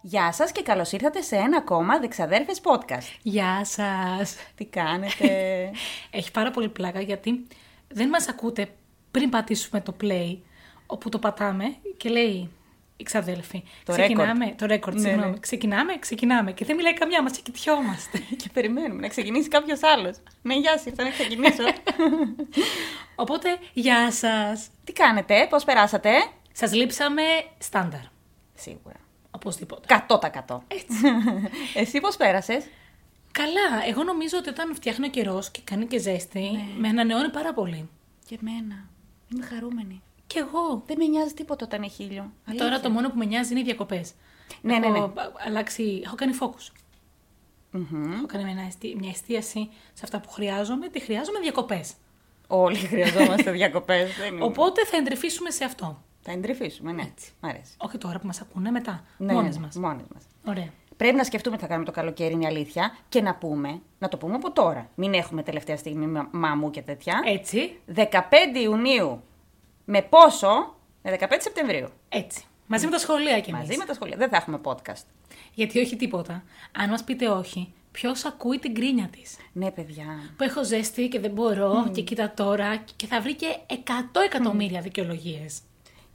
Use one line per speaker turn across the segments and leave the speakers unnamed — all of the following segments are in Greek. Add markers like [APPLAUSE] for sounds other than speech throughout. Γεια σας και καλώς ήρθατε σε ένα ακόμα Δεξαδέρφες Podcast.
Γεια σας.
Τι κάνετε?
Έχει πάρα πολύ πλάκα γιατί δεν μας ακούτε πριν πατήσουμε το play, όπου το πατάμε και λέει οι ξαδέλφοι.
Το
ξεκινάμε, το record,
Ναι,
συγγνώμη.
ναι.
Ξεκινάμε, ξεκινάμε. Και δεν μιλάει καμιά μας και κοιτιόμαστε.
[LAUGHS] [LAUGHS] και περιμένουμε να ξεκινήσει κάποιος άλλος. Ναι, γεια σας, ήρθα να ξεκινήσω.
Οπότε, γεια σας.
[LAUGHS] Τι κάνετε, πώς περάσατε?
Σας λείψαμε στάνταρ.
Σίγουρα.
Οπωσδήποτε.
100%. [LAUGHS]
Έτσι.
Εσύ πώς πέρασες?
Καλά, εγώ νομίζω ότι όταν φτιάχνει ο καιρός και κάνει και ζέστη,
Ναι.
με ανανεώνει πάρα πολύ.
Και εμένα. Είμαι χαρούμενη.
Κι εγώ.
Δεν με νοιάζει τίποτα όταν έχει χίλιο.
Τώρα το μόνο που με νοιάζει είναι οι διακοπές.
Ναι, ναι, ναι.
Έχω α- αλλάξει, έχω κάνει focus. Έχω κάνει μια, εστί- μια εστίαση σε αυτά που χρειάζομαι, τι χρειάζομαι διακοπές.
Όλοι χρειαζόμαστε διακοπές. δεν είναι.
Οπότε θα εντρυφήσουμε σε αυτό.
Θα εντρυφήσουμε, ναι. Μ' αρέσει.
Όχι τώρα που μας ακούνε, μετά.
Ναι,
Μόνες
ναι,
μας.
Μόνες μας.
Ωραία.
Πρέπει να σκεφτούμε τι θα κάνουμε το καλοκαίρι, είναι η αλήθεια, και να πούμε, να το πούμε από τώρα. Μην έχουμε τελευταία στιγμή μα- μαμού και τέτοια.
Έτσι.
15 Ιουνίου με πόσο, με 15 Σεπτεμβρίου.
Έτσι. Μαζί με τα σχολεία κι εμεί.
Μαζί με τα σχολεία. Δεν θα έχουμε podcast.
Γιατί όχι τίποτα. Αν μας πείτε όχι, ποιος ακούει την κρίνια της.
Ναι, παιδιά.
Που έχω ζέστη και δεν μπορώ και κοίτα τώρα και θα βρει και 100 εκατομμύρια δικαιολογίε.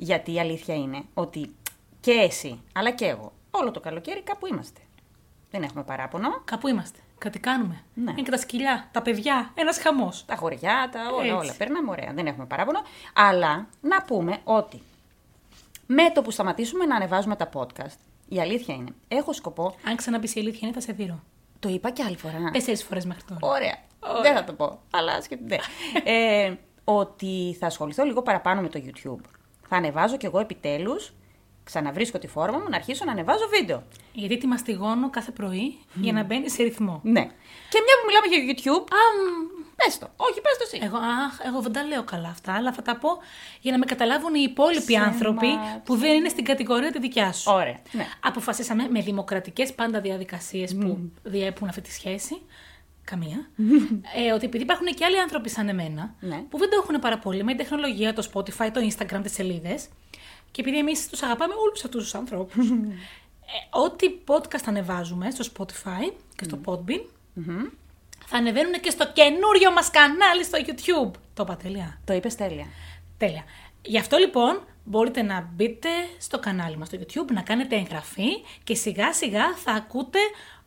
Γιατί η αλήθεια είναι ότι και εσύ, αλλά και εγώ, όλο το καλοκαίρι κάπου είμαστε. Δεν έχουμε παράπονο.
Κάπου είμαστε. Κάτι κάνουμε.
Ναι.
Είναι και τα σκυλιά, τα παιδιά, ένας χαμός.
Τα χωριά, τα όλα,
Έτσι.
όλα. Περνάμε ωραία. Δεν έχουμε παράπονο. Αλλά να πούμε ότι με το που σταματήσουμε να ανεβάζουμε τα podcast, η αλήθεια είναι, έχω σκοπό
Αν ξαναπεί η αλήθεια είναι, θα σε δίνω.
Το είπα και άλλη φορά.
Τέσσερις φορές μέχρι τώρα.
Ωραία. Δεν θα το πω. Αλλά [LAUGHS] σκεφτείτε. ε, ότι θα ασχοληθώ λίγο παραπάνω με το YouTube. Θα ανεβάζω κι εγώ επιτέλους. Ξαναβρίσκω τη φόρμα μου να αρχίσω να ανεβάζω βίντεο.
Γιατί τη μαστιγώνω κάθε πρωί για να μπαίνει σε ρυθμό.
Ναι. Και μια που μιλάμε για YouTube.
Αμ,
Πες το. Όχι, πες το εσύ.
εγώ, αχ, εγώ δεν τα λέω καλά αυτά, αλλά θα τα πω για να με καταλάβουν οι υπόλοιποι άνθρωποι που δεν είναι στην κατηγορία τη δικιά σου.
Ωραία. Ναι.
Αποφασίσαμε με δημοκρατικές πάντα διαδικασίες που διέπουν αυτή τη σχέση. Καμία. ε, ότι επειδή υπάρχουν και άλλοι άνθρωποι σαν εμένα
Ναι.
που δεν το έχουν πάρα πολύ με την τεχνολογία, το Spotify, το Instagram, τις σελίδες. Και επειδή εμείς τους αγαπάμε όλους αυτούς τους ανθρώπους. ε, ό,τι podcast ανεβάζουμε στο Spotify και στο Podbean θα ανεβαίνουν και στο καινούριο μας κανάλι στο YouTube. Το είπα τέλεια.
Το είπες τέλεια.
Τέλεια. Γι' αυτό λοιπόν μπορείτε να μπείτε στο κανάλι μας στο YouTube, να κάνετε εγγραφή και σιγά σιγά θα ακούτε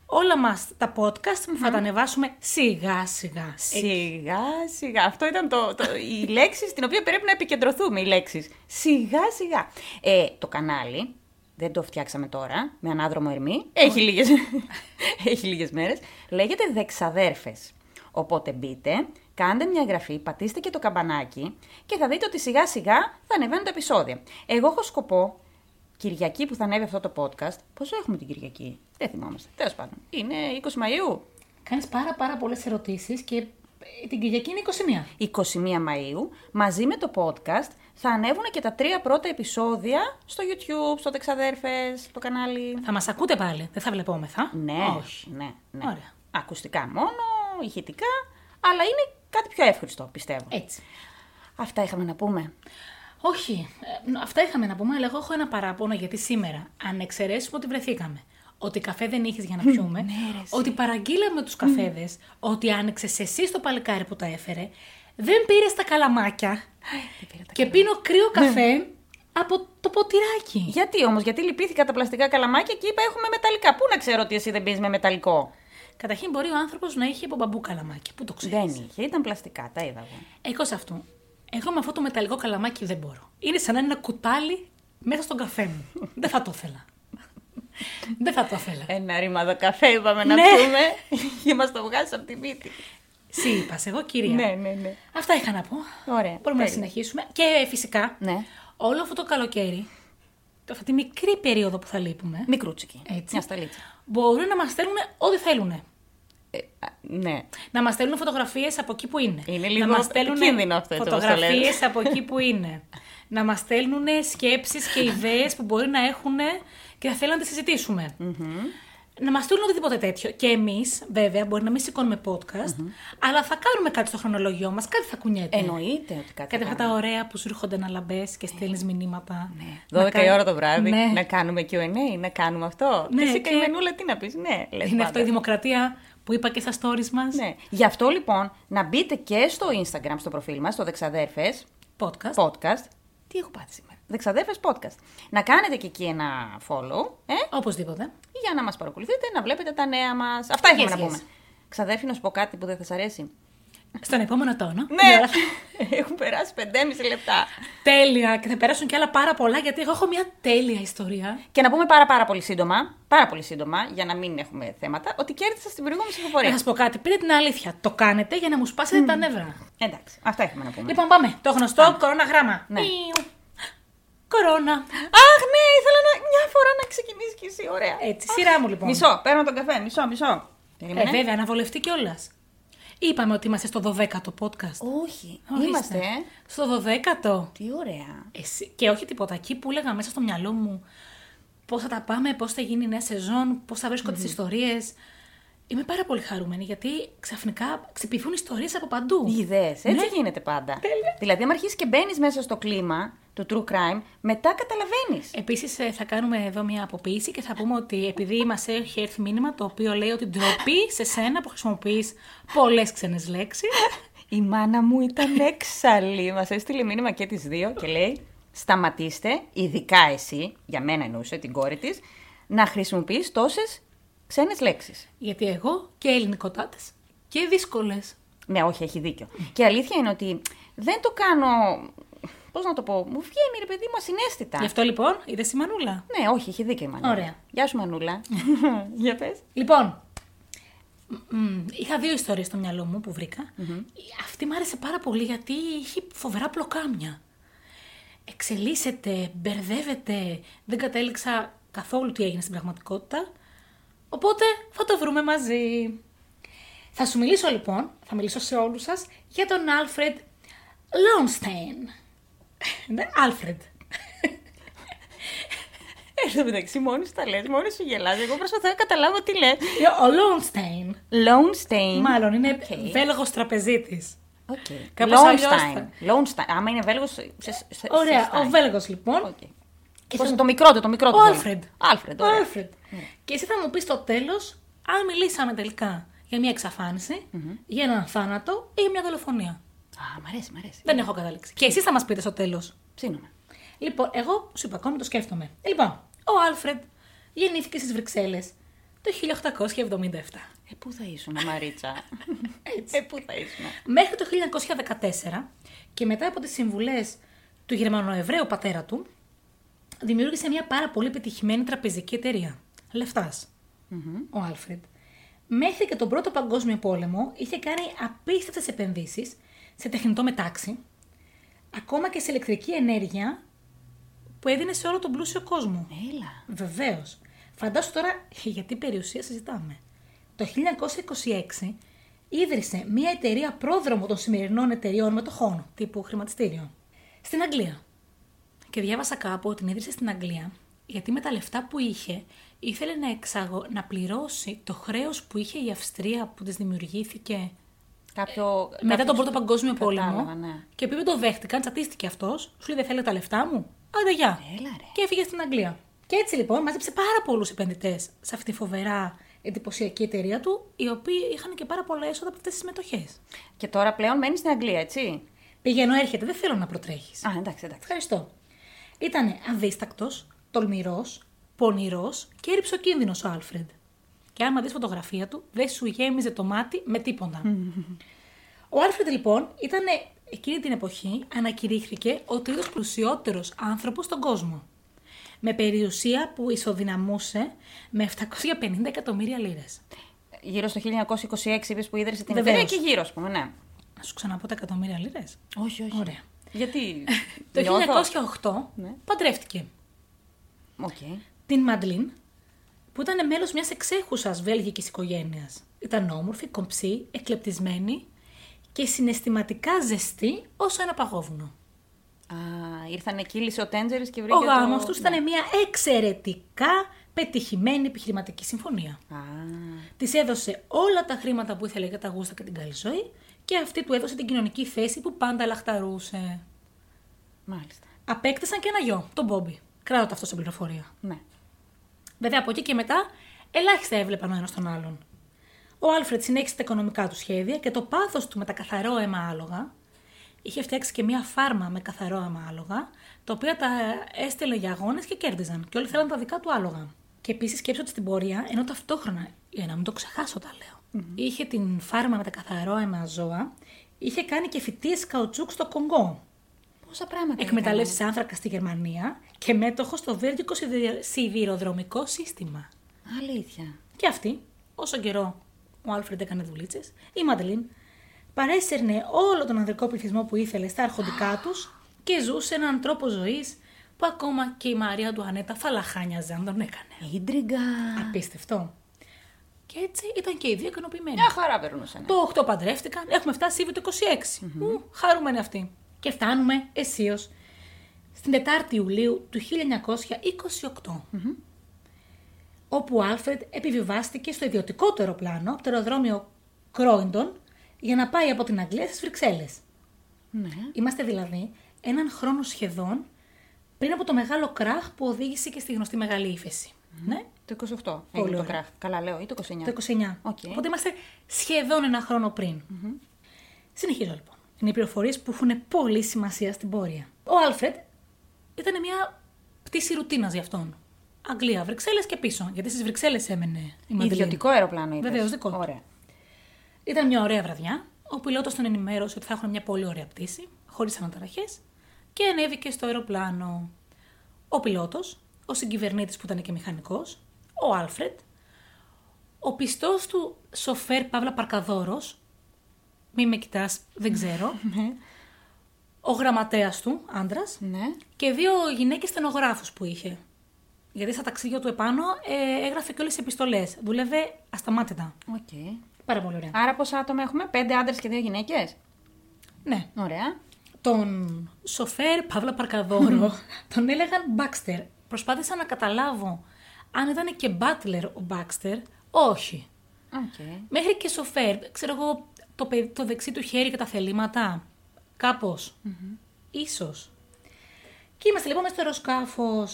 όλα μας τα podcast που θα τα ανεβάσουμε σιγά σιγά.
Σιγά, σιγά. Αυτό ήταν το, το, η λέξη στην οποία πρέπει να επικεντρωθούμε. Οι λέξεις. Σιγά, σιγά. Ε, το κανάλι δεν το φτιάξαμε τώρα με ανάδρομο ερμή. Έχει λίγες, [LAUGHS] έχει λίγες μέρες. Λέγεται δεξαδέρφες. Οπότε μπείτε, κάντε μια εγγραφή, πατήστε και το καμπανάκι και θα δείτε ότι σιγά σιγά θα ανεβαίνουν τα επεισόδια. Εγώ έχω σκοπό Κυριακή που θα ανέβει αυτό το podcast. Πόσο έχουμε την Κυριακή, δεν θυμόμαστε. Τέλος πάντων, είναι 20 Μαΐου.
Κάνεις πάρα πάρα πολλές ερωτήσεις και ε, την Κυριακή είναι
21
21.
Μαΐου, μαζί με το podcast, θα ανέβουν και τα τρία πρώτα επεισόδια στο YouTube, στο Δεξαδέρφες, το κανάλι.
Θα μας ακούτε πάλι, δεν θα βλεπόμεθα.
Ναι,
Όχι.
ναι, ναι.
Ωραία.
Ακουστικά μόνο, ηχητικά, αλλά είναι κάτι πιο εύχριστο, πιστεύω.
Έτσι.
Αυτά είχαμε να πούμε.
Όχι, ε, νο- αυτά είχαμε να πούμε, αλλά εγώ έχω ένα παράπονο γιατί σήμερα, αν εξαιρέσουμε ότι βρεθήκαμε, ότι καφέ δεν είχες για να πιούμε, ότι παραγγείλαμε τους καφέδες, ότι άνοιξες εσύ στο παλικάρι που τα έφερε, δεν πήρες τα καλαμάκια και πίνω κρύο καφέ από το ποτηράκι.
Γιατί όμως, γιατί λυπήθηκα τα πλαστικά καλαμάκια και είπα έχουμε μεταλλικά. Πού να ξέρω ότι εσύ δεν πίνεις με μεταλλικό.
Καταρχήν μπορεί ο άνθρωπος να είχε από μπαμπού καλαμάκια, που το
Δεν
ξέρει.
είχε, ήταν πλαστικά, τα είδα εγώ.
Εγώ σε αυτό. Εγώ με αυτό το μεταλλικό καλαμάκι δεν μπορώ. Είναι σαν να είναι ένα κουτάλι μέσα στον καφέ μου. δεν θα το ήθελα. δεν θα το ήθελα.
Ένα ρημάδο καφέ είπαμε να
Ναι.
πούμε [LAUGHS] και μας το βγάζει από τη μύτη.
Συ είπας, εγώ κυρία.
ναι, ναι, ναι.
Αυτά είχα να πω.
Ωραία.
Μπορούμε να
τέλεια.
συνεχίσουμε. Και φυσικά,
Ναι.
όλο αυτό το καλοκαίρι, το- αυτή τη μικρή περίοδο που θα λείπουμε,
Μικρούτσικη.
Έτσι.
Μια σταλίτσα.
μπορούν να μας στέλνουν ό,τι θέλουν.
Ε, α, ναι.
Να μας στέλνουν φωτογραφίες από εκεί που είναι.
Είναι λίγο
να μας στέλνουν
επικίνδυνο αυτό, έτσι όπως το λέτε.
Φωτογραφίες από εκεί που είναι. να μας στέλνουν σκέψεις και ιδέες που μπορεί να έχουν και θα θέλουν να τις συζητησουμε να μας στείλουν οτιδήποτε τέτοιο. Και εμείς, βέβαια, μπορεί να μην σηκώνουμε podcast, αλλά θα κάνουμε κάτι στο χρονολογιό μας, κάτι θα κουνιέται.
Εννοείται ότι κάτι.
Κάτι
θα
αυτά τα ωραία που σου έρχονται να λαμπές και στέλνεις μηνύματα.
κάνουμε. 12
Να
Ναι. η
κα-
ώρα το βράδυ,
Ναι.
να κάνουμε Q&A, να κάνουμε αυτό.
Ναι,
και εσύ
και-
καημενούλα τι να πεις, ναι. Λες
Είναι
πάντα.
αυτό η δημοκρατία που είπα και στα stories μας.
Ναι. Γι' αυτό λοιπόν να μπείτε και στο Instagram, στο προφίλ μας, στο Δεξαδέρφες
Podcast.
Podcast. Τι έχω πάθει σήμερα. Δεξαδέρφες Podcast. Να κάνετε και εκεί ένα follow, ε,
Οπωσδήποτε.
για να μας παρακολουθείτε, να βλέπετε τα νέα μας. Αυτά είχαμε
Yes,
να
yes.
πούμε. Ξαδέρφη, να σου πω κάτι που δεν θα σ' αρέσει.
Στον επόμενο τόνο. Η
Ναι,
ώρα-
[LAUGHS] έχουν περάσει 5,5 λεπτά.
Τέλεια. Και θα περάσουν κι άλλα πάρα πολλά γιατί εγώ έχω μια τέλεια ιστορία.
Και να πούμε πάρα, πάρα πολύ σύντομα, πάρα πολύ σύντομα, για να μην έχουμε θέματα, ότι κέρδισα στην προηγούμενη
Να
ψηφοφορία.
σας πω κάτι. Πείτε την αλήθεια. Το κάνετε για να μου σπάσετε τα νεύρα.
Εντάξει, αυτά είχαμε να πούμε.
Λοιπόν, πάμε. Το γνωστό κορώνα γράμμα.
Ναι.
Μιου. Κορώνα.
Αχ, ναι, ήθελα να... μια φορά να ξεκινήσεις κι εσύ, ωραία.
Έτσι, σειρά μου λοιπόν.
Μισό, παίρνω τον καφέ, μισό, μισό.
Ε, βέβαια, αναβολευτεί κιόλας. Είπαμε ότι είμαστε στο 12ο podcast.
Όχι,
Ορίστε.
είμαστε. ε.
Στο 12ο.
Τι ωραία.
Εσύ, και όχι τίποτα. Εκεί που έλεγα μέσα στο μυαλό μου πώς θα τα πάμε, πώς θα γίνει η νέα σεζόν, πώς θα βρίσκονται τις ιστορίες. Είμαι πάρα πολύ χαρούμενη γιατί ξαφνικά ξυπηθούν ιστορίες από παντού.
Ιδέες, έτσι
Ναι.
γίνεται πάντα. Δηλαδή, αν αρχίσεις και μπαίνεις μέσα στο κλίμα του true crime, μετά καταλαβαίνεις.
Επίσης, ε, θα κάνουμε εδώ μια αποποίηση και θα πούμε ότι επειδή μας έχει έρθει μήνυμα το οποίο λέει ότι ντροπή σε σένα που χρησιμοποιείς πολλές ξένες λέξεις.
Η μάνα μου ήταν έξαλλη. Μας έστειλε μήνυμα και τις δύο και λέει: Σταματήστε, ειδικά εσύ, για μένα εννοούσε την κόρη της, να χρησιμοποιείς τόσες ξένες λέξεις.
γιατί εγώ και ελληνικοτάτες και δύσκολες.
Ναι, όχι, έχει δίκιο. Και η αλήθεια είναι ότι δεν το κάνω. Πώς να το πω, μου βγαίνει ρε παιδί μου ασυνέστητα.
Γι' αυτό λοιπόν είδες η Μανούλα.
Ναι, όχι, έχει δίκιο η Μανούλα.
Ωραία.
Γεια σου,
[LAUGHS]
Μανούλα. για πες.
Λοιπόν, μ, μ, είχα δύο ιστορίες στο μυαλό μου που βρηκα Αυτή μου άρεσε πάρα πολύ γιατί είχε φοβερά πλοκάμια. Εξελίσσεται, μπερδεύεται, δεν κατέληξα καθόλου τι έγινε στην πραγματικότητα. Οπότε θα το βρούμε μαζί. Θα σου μιλήσω λοιπόν, θα μιλήσω σε όλους σας, για τον Άλφρεντ Λόνστέιν. Ναι, Άλφρεντ.
Εν τω μεταξύ, μόνη σου τα λες, μόνη σου γελάς. Εγώ προσπαθώ να καταλάβω τι λες.
Ο Λόνστέιν.
Lownstein.
Μάλλον είναι
Οκ.
Βέλγος τραπεζίτης.
Οκ.
Κάπως αλλιώς
Lownstein.
θα-
Lownstein. Άμα είναι Βέλγος. Σε, σε, σε-
Ωραία,
Stein.
ο Βέλγος λοιπόν.
Οκ.
Και
Πώς
θα-
είναι το μικρό του, το μικρό
Ο
του. θέλω.
Άλφρεντ.
Άλφρεντ,
Ο
ωραία.
Άλφρεντ. Και εσύ θα μου πεις στο τέλος αν μιλήσαμε τελικά για μια εξαφανιση για έναν θάνατο ή μια δολοφονία.
Α, μ' αρέσει, μ' αρέσει.
Δεν έχω καταλήξει. Και εσείς θα μας πείτε στο τέλος.
Ψήνουμε.
Λοιπόν, εγώ σου είπα ακόμη το σκέφτομαι. Λοιπόν, ο Άλφρεντ γεννήθηκε στις Βρυξέλλες το 1877.
Ε, πού θα ήσουν, Μαρίτσα.
[LAUGHS] Έτσι.
ε, πού θα ήσουν.
Μέχρι το 1914 και μετά από τις συμβουλές του Γερμανοεβραίου πατέρα του, δημιούργησε μια πάρα πολύ πετυχημένη τραπεζική εταιρεία. Λεφτάς, ο Άλφρεντ. Μέχρι και τον Πρώτο Παγκόσμιο Πόλεμο είχε κάνει απίστευτες επενδύσεις σε τεχνητό μετάξι, ακόμα και σε ηλεκτρική ενέργεια που έδινε σε όλο τον πλούσιο κόσμο.
Έλα.
Βεβαίως. Φαντάσου τώρα [LAUGHS] για τι περιουσία συζητάμε. Το 1926 ίδρυσε μια εταιρεία πρόδρομο των σημερινών εταιριών μετοχών τύπου χρηματιστήριο στην Αγγλία. Και διάβασα κάπου ότι την ίδρυσε στην Αγγλία γιατί με τα λεφτά που είχε ήθελε να, εξαγω... να πληρώσει το χρέος που είχε η Αυστρία που της δημιουργήθηκε
Κάποιο.
Ε, μετά
κάποιο-
τον Πρώτο Παγκόσμιο Πόλεμο.
Κατάλαβα, ναι.
Και επειδή το δέχτηκαν, τσατίστηκε αυτός, σου λέει Δεν θέλετε τα λεφτά μου. Άντε, γεια.
Έλα, ρε.
Και έφυγε στην Αγγλία. Και έτσι λοιπόν μάζεψε πάρα πολλούς επενδυτές σε αυτή τη φοβερά εντυπωσιακή εταιρεία του, οι οποίοι είχαν και πάρα πολλά έσοδα από αυτές τις συμμετοχές.
Και τώρα πλέον μένει στην Αγγλία, έτσι.
Πηγαίνω, έρχεται, δεν θέλω να προτρέχεις.
Α, εντάξει, εντάξει.
Ευχαριστώ. Ήταν αδίστακτος, τολμηρός, πονηρός και έριψε ο κίνδυνος ο Άλφρεντ. Και άμα δεις φωτογραφία του, δεν σου γέμιζε το μάτι με
[LAUGHS]
τίποτα. ο Άλφρεντ λοιπόν ήταν εκείνη την εποχή ανακηρύχθηκε ο τρίτο πλουσιότερος άνθρωπος στον κόσμο. Με περιουσία που ισοδυναμούσε με 750 εκατομμύρια λίρες.
Γύρω στο 1926 είπες που ίδρυσε την
Βεβαίως.
εταιρεία και γύρω, ας πούμε, ναι.
Να σου ξαναπώ τα εκατομμύρια λίρες.
Όχι, όχι.
Ωραία.
Γιατί.
[LAUGHS] Το
νιώθω-
1908
Ναι.
παντρεύτηκε.
Οκ.
την Μαντλίν, που ήταν μέλος μιας εξέχουσας βέλγικης οικογένειας. Ήταν όμορφη, κομψή, εκλεπτισμένη και συναισθηματικά ζεστή όσο ένα παγόβουνο.
Α, ήρθανε, κύλησε ο Τέντζερη και
Ο
βρήκε. το- ναι.
γάμος τους ήταν μια εξαιρετικά πετυχημένη επιχειρηματική συμφωνία.
Ναι. Α,
Της έδωσε όλα τα χρήματα που ήθελε για τα γούστα και την καλή ζωή και αυτή του έδωσε την κοινωνική θέση που πάντα λαχταρούσε.
μάλιστα.
Απέκτησαν και ένα γιο, τον Μπόμπι. Κράτα το αυτό στην πληροφορία.
Ναι.
Βέβαια από εκεί και μετά, ελάχιστα έβλεπαν ο ένας τον άλλον. Ο Άλφρετ συνέχισε τα οικονομικά του σχέδια και το πάθος του με τα καθαρό αίμα άλογα. Είχε φτιάξει και μία φάρμα με καθαρό αίμα άλογα, τα οποία τα έστελε για αγώνες και κέρδιζαν. Και όλοι θέλαν τα δικά του άλογα. Και επίσης σκέψω ότι στην πορεία, ενώ ταυτόχρονα, για να μην το ξεχάσω τα λεω είχε την φάρμα με τα καθαρό αίμα ζώα, είχε κάνει και φυτίες καουτσούκ στο Κονγκό.
Πόσα πράγματα.
Εκμεταλλεύσεις άνθρακα στη Γερμανία και μέτοχο στο βέλγικο σιδηρο- σιδηροδρομικό σύστημα.
έκανε. Αλήθεια.
Και αυτή, όσο καιρό ο Άλφρεντ έκανε δουλίτσες, η Μαντελίν παρέσαιρνε όλο τον ανδρικό πληθυσμό που ήθελε στα αρχοντικά τους και ζούσε έναν τρόπο ζωής που ακόμα και η Μαρία Ντουανέτα θα λαχάνιαζε αν τον έκανε.
Ίντριγκα.
Απίστευτο. Και έτσι ήταν και οι δύο ικανοποιημένοι.
Μια χαρά περνούσαν.
Το 8 παντρεύτηκαν, έχουμε φτάσει ήδη το 26. Ου, χαρούμενοι αυτοί. Και φτάνουμε αισίως στην 4η Ιουλίου του 1928. Όπου ο Άλφρεντ επιβιβάστηκε στο ιδιωτικό του αεροπλάνο από το αεροδρόμιο Κρόιντον για να πάει από την Αγγλία στις Βρυξέλλες.
Ναι.
Είμαστε δηλαδή έναν χρόνο σχεδόν πριν από το μεγάλο κράχ που οδήγησε και στη γνωστή μεγάλη ύφεση. Ναι,
Το 28.
Πολύ
Έγινε το
ωραία.
κράχ. Καλά λέω, ή το 29.
Το 29.
Οκ.
Οπότε είμαστε σχεδόν ένα χρόνο πριν. Συνεχίζω λοιπόν. Είναι οι πληροφορίες που έχουν πολύ σημασία στην πορεία. Ο Άλφρεντ ήταν μια πτήση ρουτίνας για αυτόν. Αγγλία, Βρυξέλλες και πίσω. Γιατί στις Βρυξέλλες έμενε η Μαντελίνη.
Ιδιωτικό αεροπλάνο είπες.
Βεβαίως, δικό του.
Ωραία.
Ήταν μια ωραία βραδιά. Ο πιλότος τον ενημέρωσε ότι θα έχουν μια πολύ ωραία πτήση, χωρίς αναταραχές, και ανέβηκε στο αεροπλάνο. Ο πιλότος, ο συγκυβερνήτης που ήταν και μηχανικός, ο Άλφρεντ, ο πιστός του σοφέρ Παύλα Παρκαδόρος, μη με κοιτάς, δεν ξέρω,
Ναι.
ο γραμματέας του, άντρας,
Ναι.
και δύο γυναίκες στενογράφους που είχε. Γιατί στα ταξίδια του επάνω ε, έγραφε και όλε τι επιστολές. Δούλευε ασταμάτητα.
Οκ.
Πάρα πολύ ωραία.
Άρα πόσα άτομα έχουμε, πέντε άντρες και δύο γυναίκες.
Ναι.
Ωραία.
τον σοφέρ Παύλα Παρκαδόρο τον έλεγαν Μπάξτερ. Προσπάθησα να καταλάβω αν ήταν και μπάτλερ ο Μπάξτερ. Όχι.
Οκ.
Μέχρι και σοφέρ, ξέρω εγώ, το, πε- το δεξί του χέρι και τα θελήματα. Κάπως. Ίσως. Και είμαστε λοιπόν μέσα στο αεροσκάφος.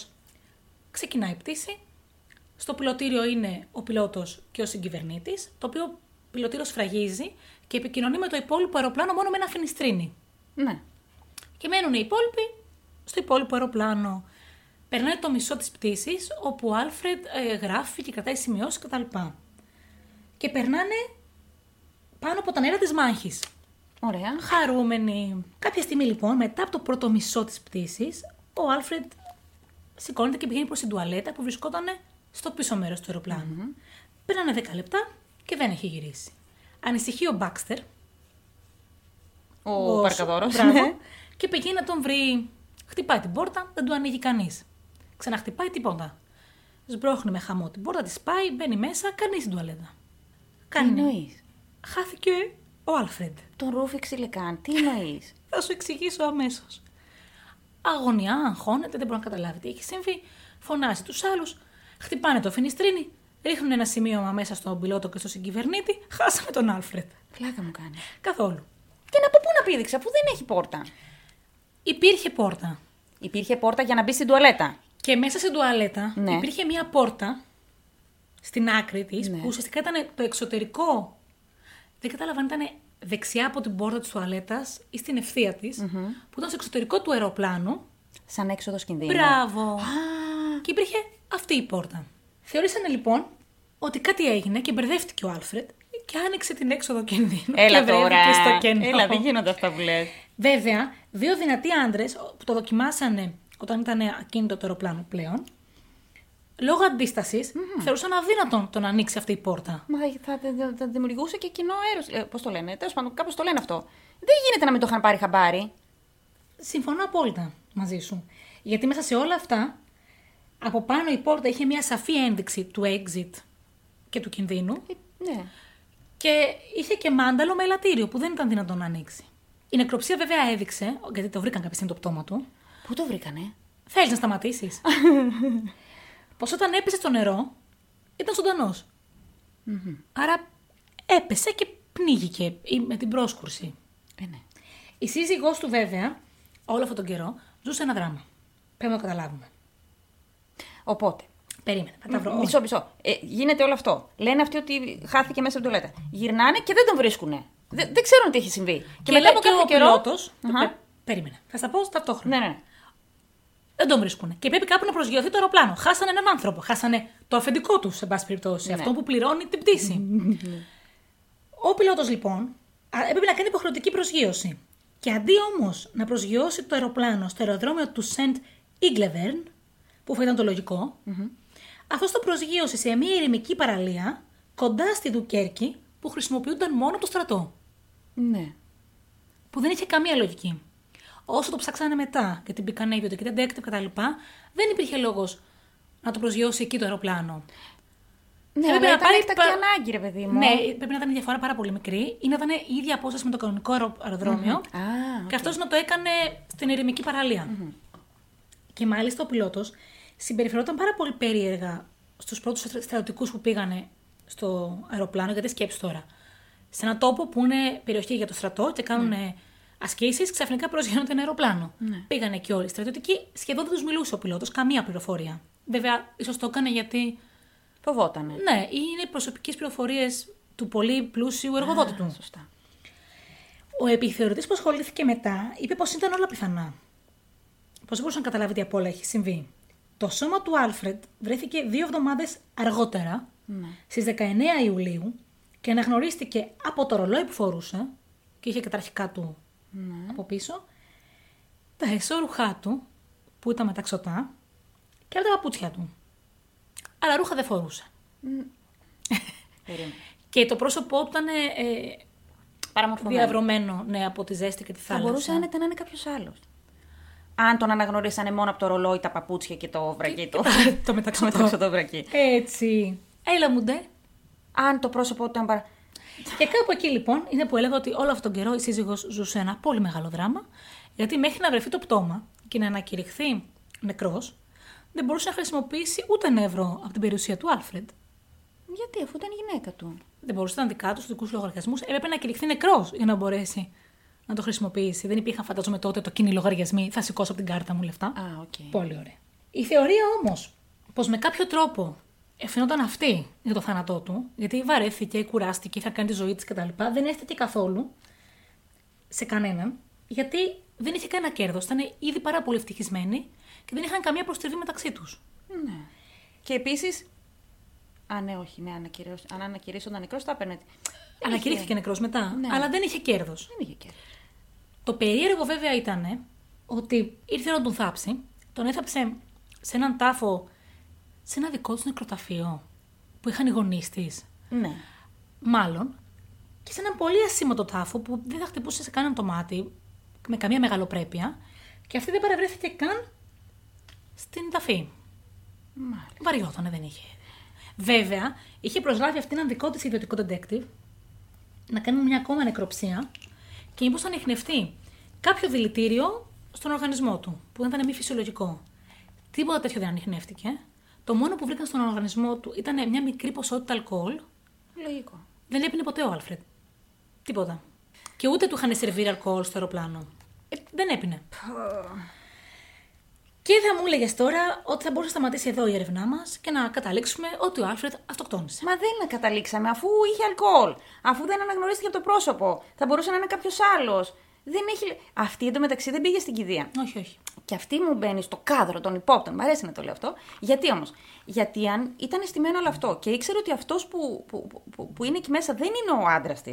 Ξεκινάει η πτήση. Στο πιλωτήριο είναι ο πιλότος και ο συγκυβερνήτης, το οποίο πιλωτήριο σφραγίζει και επικοινωνεί με το υπόλοιπο αεροπλάνο μόνο με ένα φινιστρίνι.
Ναι.
Και μένουν οι υπόλοιποι στο υπόλοιπο αεροπλάνο. Περνάει το μισό της πτήσης, όπου ο Άλφρεντ ε, γράφει και κρατάει σημειώσεις κτλ. Και περνάνε πάνω από τα νερά της μάχης.
Ωραία.
Χαρούμενοι. Κάποια στιγμή λοιπόν, μετά από το πρώτο μισό της πτήσης, ο Άλφρεντ σηκώνεται και πηγαίνει προς την τουαλέτα που βρισκόταν στο πίσω μέρος του αεροπλανου Πέρανε 10 λεπτά και δεν έχει γυρίσει. Ανησυχεί ο Μπάξτερ,
Ο Ναι. Παρκαδόρο.
Μπράβο. ναι. Και πηγαίνει να τον βρει. Χτυπάει την πόρτα, δεν του ανοίγει κανείς. Ξαναχτυπάει τίποτα. Σμπρώχνει με χαμό την πόρτα, τη σπάει, μπαίνει μέσα, κανείς στην τουαλέτα. Κανεί.
εννοείς.
Χάθηκε ο Άλφρεντ.
Τον ρούφι ξυλικάν. Τι εννοείς.
Θα σου εξηγήσω αμέσως. Αγωνιά, αγχώνεται, δεν μπορεί να καταλάβει τι έχει συμβεί. Φωνάζει τους άλλους, χτυπάνε το φινιστρίνι, ρίχνουν ένα σημείωμα μέσα στον πιλότο και στον συγκυβερνήτη. Χάσαμε τον Άλφρεντ.
Πλάκα μου κάνει.
Καθόλου.
Και να πω πού να πήδηξα, αφού δεν έχει πόρτα.
Υπήρχε πόρτα.
Υπήρχε πόρτα για να μπει στην τουαλέτα.
Και μέσα στην τουαλέτα
Ναι.
υπήρχε μία πόρτα στην άκρη της
Ναι.
που ουσιαστικά ήταν το εξωτερικό. Δεν κατάλαβα αν ήταν δεξιά από την πόρτα της τουαλέτας ή στην ευθεία της, που ήταν στο εξωτερικό του αεροπλάνου.
Σαν έξοδο κινδύνου.
Μπράβο!
Α,
Και υπήρχε αυτή η πόρτα. Θεωρήσανε λοιπόν ότι κάτι έγινε και μπερδεύτηκε ο Άλφρεντ και άνοιξε την έξοδο κινδύνου.
Έλα
και
τώρα.
βρέθηκε στο κενό.
Έλα, δεν γίνονται αυτά που λες.
Βέβαια, δύο δυνατοί άντρες που το δοκιμάσανε όταν ήταν ακίνητο το αεροπλάνο πλέον, λόγω αντίστασης, θεωρούσαν αδύνατον το να ανοίξει αυτή η πόρτα.
Μα θα, θα- θα δημιουργούσε και κοινό αέρος. Ε, Πώς το λένε, τέλος πάντων, κάπως το λένε αυτό. Δεν γίνεται να μην το είχαν πάρει χαμπάρι.
Συμφωνώ απόλυτα μαζί σου. Γιατί μέσα σε όλα αυτά, από πάνω η πόρτα είχε μια σαφή ένδειξη του exit και του κινδύνου
Ε, Ναι.
και είχε και μάνταλο με ελαττήριο που δεν ήταν δυνατόν να ανοίξει. Η νεκροψία βέβαια έδειξε, γιατί το βρήκαν κάποια στιγμή το πτώμα του,
[LAUGHS] Πού το βρήκανε.
Θέλεις να σταματήσεις. πως όταν έπεσε στο νερό ήταν ζωντανός. Άρα έπεσε και πνίγηκε ή με την πρόσκουρση.
Ε, ναι.
Η σύζυγός του βέβαια, όλο αυτόν τον καιρό, ζούσε ένα δράμα. Πρέπει να το καταλάβουμε.
Οπότε.
Περίμενε, θα τα βρω. Όχι.
Μισό, μισό. Ε, γίνεται όλο αυτό. Λένε αυτοί ότι χάθηκε μέσα από την τουαλέτα. Γυρνάνε και δεν τον βρίσκουνε. Δεν, δεν ξέρουν τι έχει συμβεί. Και, μετά
λέει
από κάποιο
ο
καιρό.
πιλότος, του
Αχα.
πε- Περίμενε. Θα στα πω ταυτόχρονα.
Ναι, ναι, ναι.
Δεν τον βρίσκουν. Και πρέπει κάπου να προσγειωθεί το αεροπλάνο. Χάσανε έναν άνθρωπο. Χάσανε το αφεντικό τους, σε πάση περιπτώσει.
Ναι.
Αυτό που πληρώνει την πτήση. Ο πιλότος λοιπόν α, έπρεπε να κάνει υποχρεωτική προσγείωση. Και αντί όμως να προσγειώσει το αεροπλάνο στο αεροδρόμιο του Σεντ Ιγκλεβέρν, που θα ήταν το λογικο αυτός το προσγείωσε σε μια ειρηνική παραλία κοντά στη Δουκέρκη που χρησιμοποιούνταν μόνο από το στρατό
ναι.
που δεν είχε καμία λογική. Όσο το ψάξανε μετά και την πήκαν οι και την Detective κτλ., δεν υπήρχε λόγος να το προσγειώσει εκεί το αεροπλάνο.
Ναι, αλλά
Έπρεπε να
ήταν
πάρει
έκτακτη
πα-
ανάγκη, ρε παιδί μου.
Ναι, πρέπει να ήταν η διαφορά πάρα πολύ μικρή ή να ήταν η ίδια απόσταση με το κανονικό αερο- αεροδρόμιο.
Μμμ. Α,
Και αυτός να το έκανε στην ερημική παραλία. Και μάλιστα ο πιλότος συμπεριφερόταν πάρα πολύ περίεργα στους πρώτους στρατιωτικούς που πήγανε στο αεροπλάνο. Γιατί σκέψει τώρα. Σε ένα τόπο που είναι περιοχή για το στρατό και κάνουν ασκήσει, ξαφνικά προσγειώνεται ένα αεροπλάνο.
Ναι.
Πήγανε και όλοι οι στρατιωτικοί, σχεδόν δεν τους μιλούσε ο πιλότος, καμία πληροφορία. Βέβαια, ίσως το έκανε γιατί.
Φοβότανε.
Ναι, ή είναι προσωπικές πληροφορίες του πολύ πλούσιου εργοδότη του.
Ναι, Σωστά.
Ο επιθεωρητής που ασχολήθηκε μετά είπε πως ήταν όλα πιθανά. Πως δεν μπορούσε να καταλάβει τι απ' όλα έχει συμβεί. Το σώμα του Άλφρεντ βρέθηκε δύο εβδομάδες αργότερα,
Ναι,
στις στι 19 Ιουλίου, και αναγνωρίστηκε από το ρολόι που φορούσε και είχε και τα αρχικά του από πίσω, τα εσώρουχά του που ήταν μεταξωτά και από τα παπούτσια του. Αλλά ρούχα δεν φορούσε.
Περίμενε.
Και το πρόσωπό του ήταν ε,
Παραμορφωμένο.
διαβρωμένο ναι, από τη ζέστη και τη
Θα
θάλασσα.
μπορούσε άνετα να είναι κάποιος άλλος. Αν τον αναγνωρίσανε μόνο από το ρολόι, τα παπούτσια και το βρακί του. [LAUGHS]
το μεταξωτό.
μεταξωτό βρακί.
Έτσι. Έλα μου ντε.
Αν το πρόσωπο του ήταν. παρα-
Και κάπου εκεί λοιπόν είναι που έλεγα ότι όλο αυτόν τον καιρό η σύζυγος ζούσε ένα πολύ μεγάλο δράμα, γιατί μέχρι να βρεθεί το πτώμα και να ανακηρυχθεί νεκρός, δεν μπορούσε να χρησιμοποιήσει ούτε ένα ευρώ από την περιουσία του Άλφρεντ.
Γιατί, αφού ήταν γυναίκα του.
Δεν μπορούσε να δικά τους δικούς λογαριασμούς, έπρεπε να κηρυχθεί νεκρός για να μπορέσει να το χρησιμοποιήσει. Δεν υπήρχαν, φαντάζομαι, τότε το κίνη λογαριασμοί. Θα σηκώσω από την κάρτα μου λεφτά.
Α, οκ.
Πολύ ωραία. Η θεωρία όμως πως με κάποιο τρόπο ευθυνόταν αυτή για το θάνατό του, γιατί βαρέθηκε, κουράστηκε, θα κάνει τη ζωή της κτλ., δεν έστηκε καθόλου σε κανέναν, γιατί δεν είχε κανένα κέρδος. Ήταν ήδη πάρα πολύ ευτυχισμένοι και δεν είχαν καμία προστριβή μεταξύ τους.
Ναι. Και επίσης. Α, ναι, όχι, ναι, ανακυρώσ... αν ανακηρύσσονταν νεκρός, θα έπαιρνε. Δεν είχε-
Ανακηρύχθηκε νεκρός μετά,
Ναι.
αλλά δεν είχε κέρδος.
Δεν είχε κέρδος.
Το περίεργο βέβαια ήταν ότι ήρθε να τον θάψει, τον έθαψε σε έναν τάφο, σε ένα δικό τους νεκροταφείο που είχαν οι γονείς της,
Ναι.
μάλλον, και σε έναν πολύ ασήμαντο τάφο που δεν θα χτυπούσε σε κανέναν το μάτι, με καμία μεγαλοπρέπεια, και αυτή δεν παρευρέθηκε καν στην ταφή.
Μάλιστα.
Βαριότανε, δεν είχε. Βέβαια, είχε προσλάβει αυτήν έναν δικό της ιδιωτικό detective να κάνει μια ακόμα νεκροψία και μήπως ανοιχνευτεί κάποιο δηλητήριο στον οργανισμό του, που ήταν μη φυσιολογικό. Τίποτα τέτοιο δεν ανοιχνεύτηκε. Το μόνο που βρήκαν στον οργανισμό του ήταν μια μικρή ποσότητα αλκοόλ.
Λογικό.
Δεν έπινε ποτέ ο Άλφρεντ. Τίποτα. Και ούτε του είχαν σερβίρει αλκοόλ στο αεροπλάνο. Ε, δεν έπινε. Και θα μου έλεγες τώρα ότι θα μπορούσε να σταματήσει εδώ η έρευνά μας και να καταλήξουμε ότι ο Άλφρεντ αυτοκτόνησε.
Μα δεν καταλήξαμε, αφού είχε αλκοόλ. Αφού δεν αναγνωρίστηκε από το πρόσωπο. Θα μπορούσε να είναι κάποιος άλλος. Δεν έχει. Αυτή εντωμεταξύ δεν πήγε στην κηδεία.
Όχι, όχι.
Και αυτή μου μπαίνει στο κάδρο των υπόπτων. Μ' αρέσει να το λέω αυτό. Γιατί όμως. Γιατί αν ήταν αισθημένο όλο αυτό και ήξερε ότι αυτός που, που, που, που είναι εκεί μέσα δεν είναι ο άντρας της,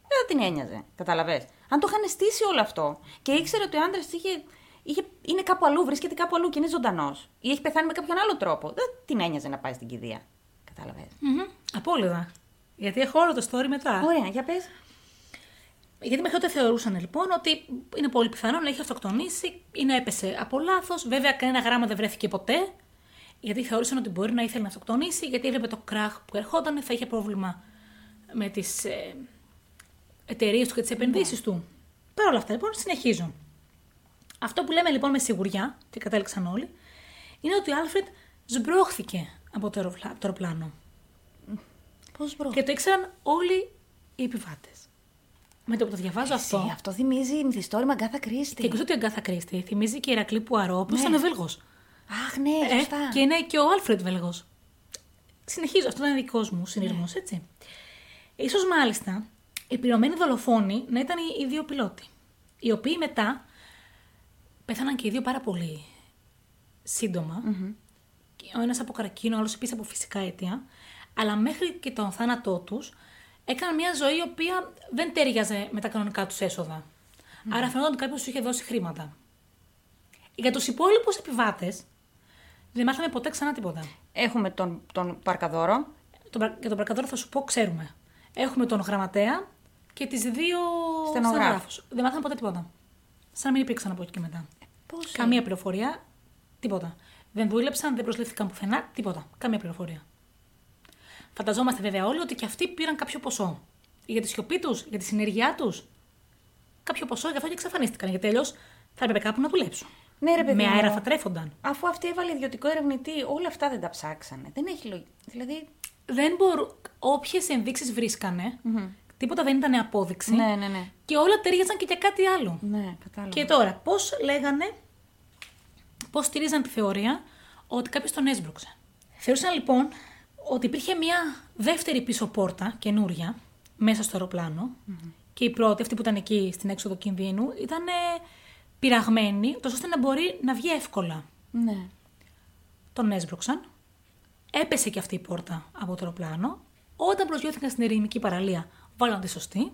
δεν θα την ένοιαζε. Καταλαβέ. Αν το είχαν στήσει όλο αυτό και ήξερε ότι ο άντρας της είχε, είχε, είναι κάπου αλλού, βρίσκεται κάπου αλλού και είναι ζωντανός ή έχει πεθάνει με κάποιον άλλο τρόπο, δεν θα την ένοιαζε να πάει στην κηδεία. Κατάλαβε.
Μμμ. Απόλυτα. Γιατί έχω όλο το story μετά.
Ωραία, για πες.
Γιατί μέχρι τότε θεωρούσαν λοιπόν ότι είναι πολύ πιθανό να είχε αυτοκτονήσει ή να έπεσε από λάθος. Βέβαια, κανένα γράμμα δεν βρέθηκε ποτέ. Γιατί θεώρησαν ότι μπορεί να ήθελε να αυτοκτονήσει, γιατί έβλεπε το κράχ που ερχόταν, θα είχε πρόβλημα με τις ε, εταιρείες του και τις επενδύσεις του. Παρ' όλα αυτά, λοιπόν, συνεχίζω. Αυτό που λέμε λοιπόν με σιγουριά, και κατέληξαν όλοι, είναι ότι ο Άλφρεντ σμπρώχθηκε από το αεροπλα- το αεροπλάνο.
Πώς μπρο.
Και το ήξεραν όλοι οι επιβάτες. Με το που το διαβάζω
Εσύ,
αυτό.
αυτό θυμίζει μυθιστόρημα Γκάθα
Και
Κρίστη.
εκτό ότι η Αγκάθα Κρίστη θυμίζει και η Ηρακλή Πουαρό, που ήταν Βέλγος.
Αχ, ναι, σωστά.
Ε, και είναι και ο Άλφρεντ Βέλγος. Συνεχίζω, αυτό ήταν δικός μου συνειρμός, έτσι. Ίσως μάλιστα οι πληρωμένοι δολοφόνοι να ήταν οι, οι δύο πιλότοι. Οι οποίοι μετά πέθαναν και οι δύο πάρα πολύ σύντομα. Και Ο ένας από καρκίνο, ο άλλος επίσης από φυσικά αίτια. Αλλά μέχρι και τον θάνατό τους έκαναν μια ζωή η οποία δεν τέριαζε με τα κανονικά τους έσοδα. Άρα φαινόταν ότι κάποιος τους είχε δώσει χρήματα. Για τους υπόλοιπους επιβάτες δεν μάθαμε ποτέ ξανά τίποτα.
Έχουμε τον, τον Παρκαδόρο.
Τον, πρα- για τον πρακατόρο θα σου πω, ξέρουμε. Έχουμε τον γραμματέα και τις δύο
Στενογράφους.
στενογράφους. Δεν μάθαμε ποτέ τίποτα. Σαν να μην υπήρξαν από εκεί και μετά.
Πώς
Καμία πληροφορία, τίποτα. Δεν δούλεψαν, δεν προσλήφθηκαν πουθενά, τίποτα. Καμία πληροφορία. Φανταζόμαστε βέβαια όλοι ότι και αυτοί πήραν κάποιο ποσό. Για τη σιωπή τους, για τη συνεργειά τους. Κάποιο ποσό, γι' αυτό και εξαφανίστηκαν. Γιατί αλλιώς θα έπρεπε κάπου να δουλέψουν.
Ναι, ρε παιδί
Με
μου.
αέρα θα τρέφονταν.
Αφού αυτή έβαλε ιδιωτικό ερευνητή, όλα αυτά δεν τα ψάξανε. Δεν έχει λογική. Δηλαδή.
δεν μπορούν. Όποιες ενδείξεις τίποτα δεν ήταν απόδειξη.
Ναι, ναι, ναι.
Και όλα ταιριάζαν και για κάτι άλλο.
Ναι, κατάλαβα.
Και τώρα, πώς λέγανε, πώς στηρίζαν τη θεωρία ότι κάποιος τον έσπρωξε. Θεωρούσαν λοιπόν ότι υπήρχε μια δεύτερη πίσω πόρτα καινούρια μέσα στο αεροπλανο και η πρώτη, αυτή που ήταν εκεί στην έξοδο κινδύνου, ήταν ε, πειραγμένη, τόσο ώστε να μπορεί να βγει εύκολα.
Ναι.
Τον έσπρωξαν. Έπεσε και αυτή η πόρτα από το αεροπλάνο. Όταν προσγειώθηκαν στην ερημική παραλία, βάλαν τη σωστή.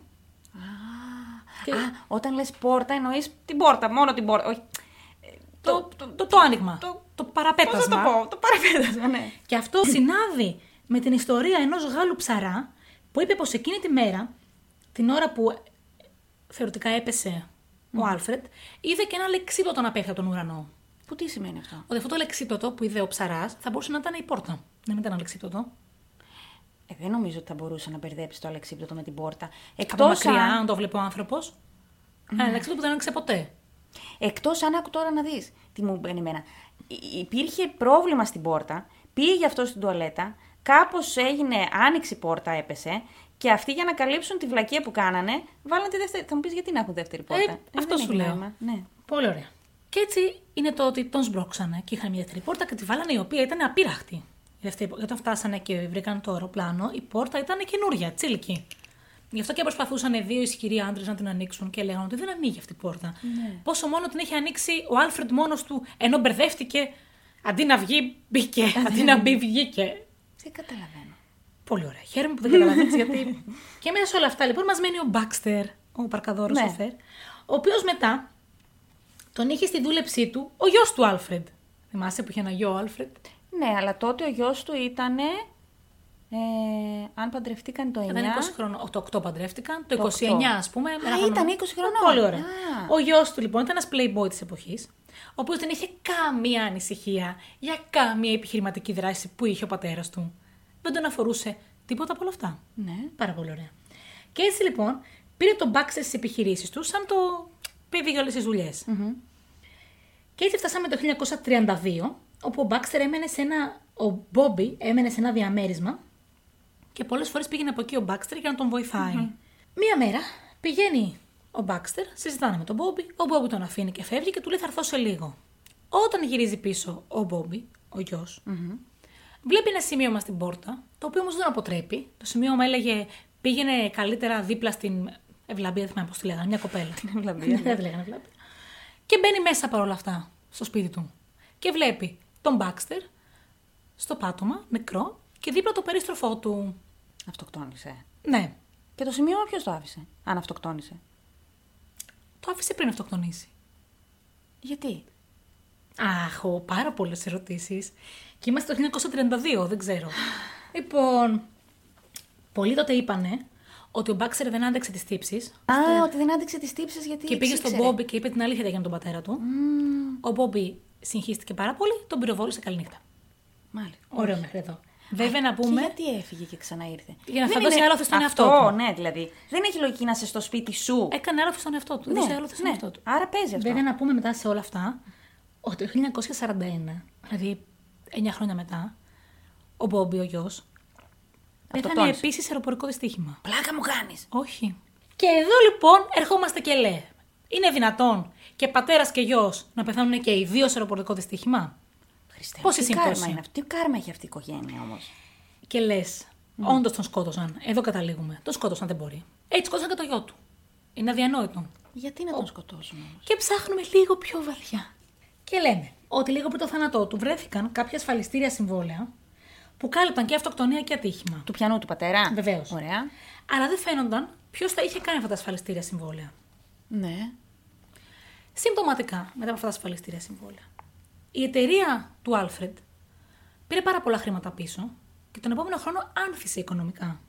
Και-
Α, όταν λες πόρτα, εννοείς την πόρτα, μόνο την πόρτα. Όχι. Ε,
Το, το, το, το άνοιγμα.
το-
Το,
Πώ θα
παραπέτασμα.
το πω, το παραπέτασμα, ναι.
Και αυτό συνάδει με την ιστορία ενός Γάλλου ψαρά που είπε πως εκείνη τη μέρα, την ώρα που θεωρητικά έπεσε ο Άλφρετ, είδε και ένα λεξίπτωτο να πέφτει από τον ουρανό.
Που τι σημαίνει αυτό.
Ότι αυτό το λεξίπτωτο που είδε ο ψαράς θα μπορούσε να ήταν η πόρτα. Να μην ήταν ένα λεξίπτωτο.
Ε, δεν νομίζω ότι θα μπορούσε να μπερδέψει το αλεξίπτωτο με την πόρτα.
Από
Εκτός
μακριά,
αν,
αν το βλέπει ο άνθρωπος. Ένα λεξίπτωτο που δεν άνοιξε ποτέ.
εκτός αν άκου τώρα να δεις τι μου μπαίνει εμένα. Υ- Υπήρχε πρόβλημα στην πόρτα, πήγε αυτός στην τουαλέτα, κάπως έγινε, άνοιξε η πόρτα, έπεσε και αυτοί για να καλύψουν τη βλακεία που κάνανε, βάλανε τη δεύτερη. Θα μου πεις γιατί να έχουν δεύτερη πόρτα.
Ε, αυτό
δεν
σου
έχει
λέω.
νόημα. Ναι.
Πολύ ωραία. Και έτσι είναι το ότι τον σμπρώξανε και είχαν μια δεύτερη πόρτα και τη βάλανε η οποία ήταν απείραχτη. Η δεύτερη πόρτα. Όταν φτάσανε και βρήκαν το αεροπλάνο, η πόρτα ήταν καινούρια, τσίλικη. Γι' αυτό και προσπαθούσαν δύο ισχυροί άντρες να την ανοίξουν και λέγανε ότι δεν ανοίγει αυτή η πόρτα. Πόσο μόνο την έχει ανοίξει ο Άλφρεντ μόνος του, ενώ μπερδεύτηκε. Αντί να βγει, μπήκε. Αντί να μπει, βγήκε.
Δεν καταλαβαίνω.
Πολύ ωραία. Χαίρομαι που δεν καταλαβαίνεις
[LAUGHS]
γιατί. και μέσα σε όλα αυτά λοιπόν μας μένει ο Μπάξτερ, ο παρκαδόρος
Ναι.
ο Φερ, ο οποίος μετά τον είχε στη δούλεψή του ο γιος του Άλφρεντ. Θυμάσαι που είχε ένα γιο ο Άλφρεντ.
Ναι, αλλά τότε ο γιος του ήταν. Ε, αν παντρευτήκαν το 9.
Ήταν 20 χρονών. Ο- Το 8 παντρεύτηκαν, το,
Το
29 ας πούμε.
Α,
με ένα χρόνο.
ήταν 20 χρονών.
Πολύ ωραία.
Α.
Ο γιος του λοιπόν ήταν ένας playboy της εποχής, ο οποίος δεν είχε καμία ανησυχία για καμία επιχειρηματική δράση που είχε ο πατέρας του. Δεν τον αφορούσε τίποτα από όλα αυτά. [LAUGHS]
Ναι.
Πάρα πολύ ωραία. Και έτσι λοιπόν πήρε τον Baxter στις επιχειρήσεις του, σαν το παιδί για όλες τις δουλειε Και έτσι φτάσαμε το 1932, όπου ο Baxter έμενε σε ένα. Ο Bobby έμενε σε ένα διαμέρισμα και πολλές φορές πήγαινε από εκεί ο Baxter για να τον βοηθαει Μία μέρα πηγαίνει ο Baxter, συζητάνε με τον Bobby, ο Bobby τον αφήνει και φεύγει και του λέει θα έρθω σε λίγο. Όταν γυρίζει πίσω ο Bobby, ο γιος, Βλέπει ένα σημείωμα στην πόρτα, το οποίο όμως δεν τον αποτρέπει. Το σημείωμα έλεγε πήγαινε καλύτερα δίπλα στην. Ευλαμπία, δεν θυμάμαι πώς τη λέγανε, μια κοπέλα. [LAUGHS] Την
Ευλαμπία, ναι.
δεν τη λέγανε Ευλαμπία. Και μπαίνει μέσα παρόλα αυτά στο σπίτι του. Και βλέπει τον Μπάξτερ στο πάτωμα, νεκρό, και δίπλα το περίστροφό του.
Αυτοκτόνησε.
Ναι,
Και το σημείο ποιο το άφησε, αν αυτοκτόνησε.
το άφησε πριν αυτοκτονήσει.
Γιατί.
Αχ, έχω πάρα πολλές ερωτήσεις. Και είμαστε το 1932, δεν
[LAUGHS]
ξέρω. λοιπόν, πολλοί τότε είπανε ότι ο Μπάξερ δεν άντεξε τις τύψεις
Α, ότι δεν άντεξε τις τύψεις γιατί.
Και πήγε στον
ξύξερε.
Μπόμπι και είπε την αλήθεια για τον πατέρα του. Ο Μπόμπι συγχύστηκε πάρα πολύ, τον πυροβόλησε καληνύχτα.
Μάλιστα.
Ωραίο μέχρι εδώ. Βέβαια να
Και
πούμε.
γιατί έφυγε και ξαναήρθε.
Για να
Δεν
φαντώσει
είναι
άλλο στον εαυτό
Αυτό,
του.
ναι, δηλαδή. Δεν έχει λογική να είσαι στο σπίτι σου.
Έκανε άλλο στον εαυτό του. Έδωσε άλλο στον
ναι.
εαυτό του.
Άρα παίζει αυτό.
Βέβαια να πούμε μετά σε όλα αυτά ότι το 1941, δηλαδή 9 χρόνια μετά, ο Μπόμπι, ο γιος, πέθανε
τόνισε.
επίσης σε αεροπορικό δυστύχημα.
Πλάκα μου κάνεις.
Όχι. Και εδώ λοιπόν ερχόμαστε και λέμε. Είναι δυνατόν και πατέρας και γιος να πεθάνουν και οι δύο σε αεροπορικό δυστύχημα.
Χριστέ,
Πόση
τι κάρμα
σύμπτωση.
είναι αυτή, τι κάρμα έχει αυτή η οικογένεια όμως.
Και λες, όντως τον σκότωσαν. Εδώ καταλήγουμε. Τον σκότωσαν δεν μπορεί. Έτσι σκότωσαν και το γιο του. Είναι αδιανόητο.
Γιατί να τον σκοτώσουν όμως.
Και ψάχνουμε λίγο πιο βαθιά. Και λέμε ότι λίγο πριν το θάνατό του βρέθηκαν κάποια ασφαλιστήρια συμβόλαια που κάλυπταν και αυτοκτονία και ατύχημα.
Του πιανού του πατέρα.
Βεβαίως.
Ωραία.
Αλλά δεν φαίνονταν ποιος τα είχε κάνει αυτά τα ασφαλιστήρια συμβόλαια.
Ναι.
Συμπτωματικά, μετά από αυτά τα ασφαλιστήρια συμβόλαια, η εταιρεία του Άλφρεντ πήρε πάρα πολλά χρήματα πίσω και τον επόμενο χρόνο άνθησε οικονομικά.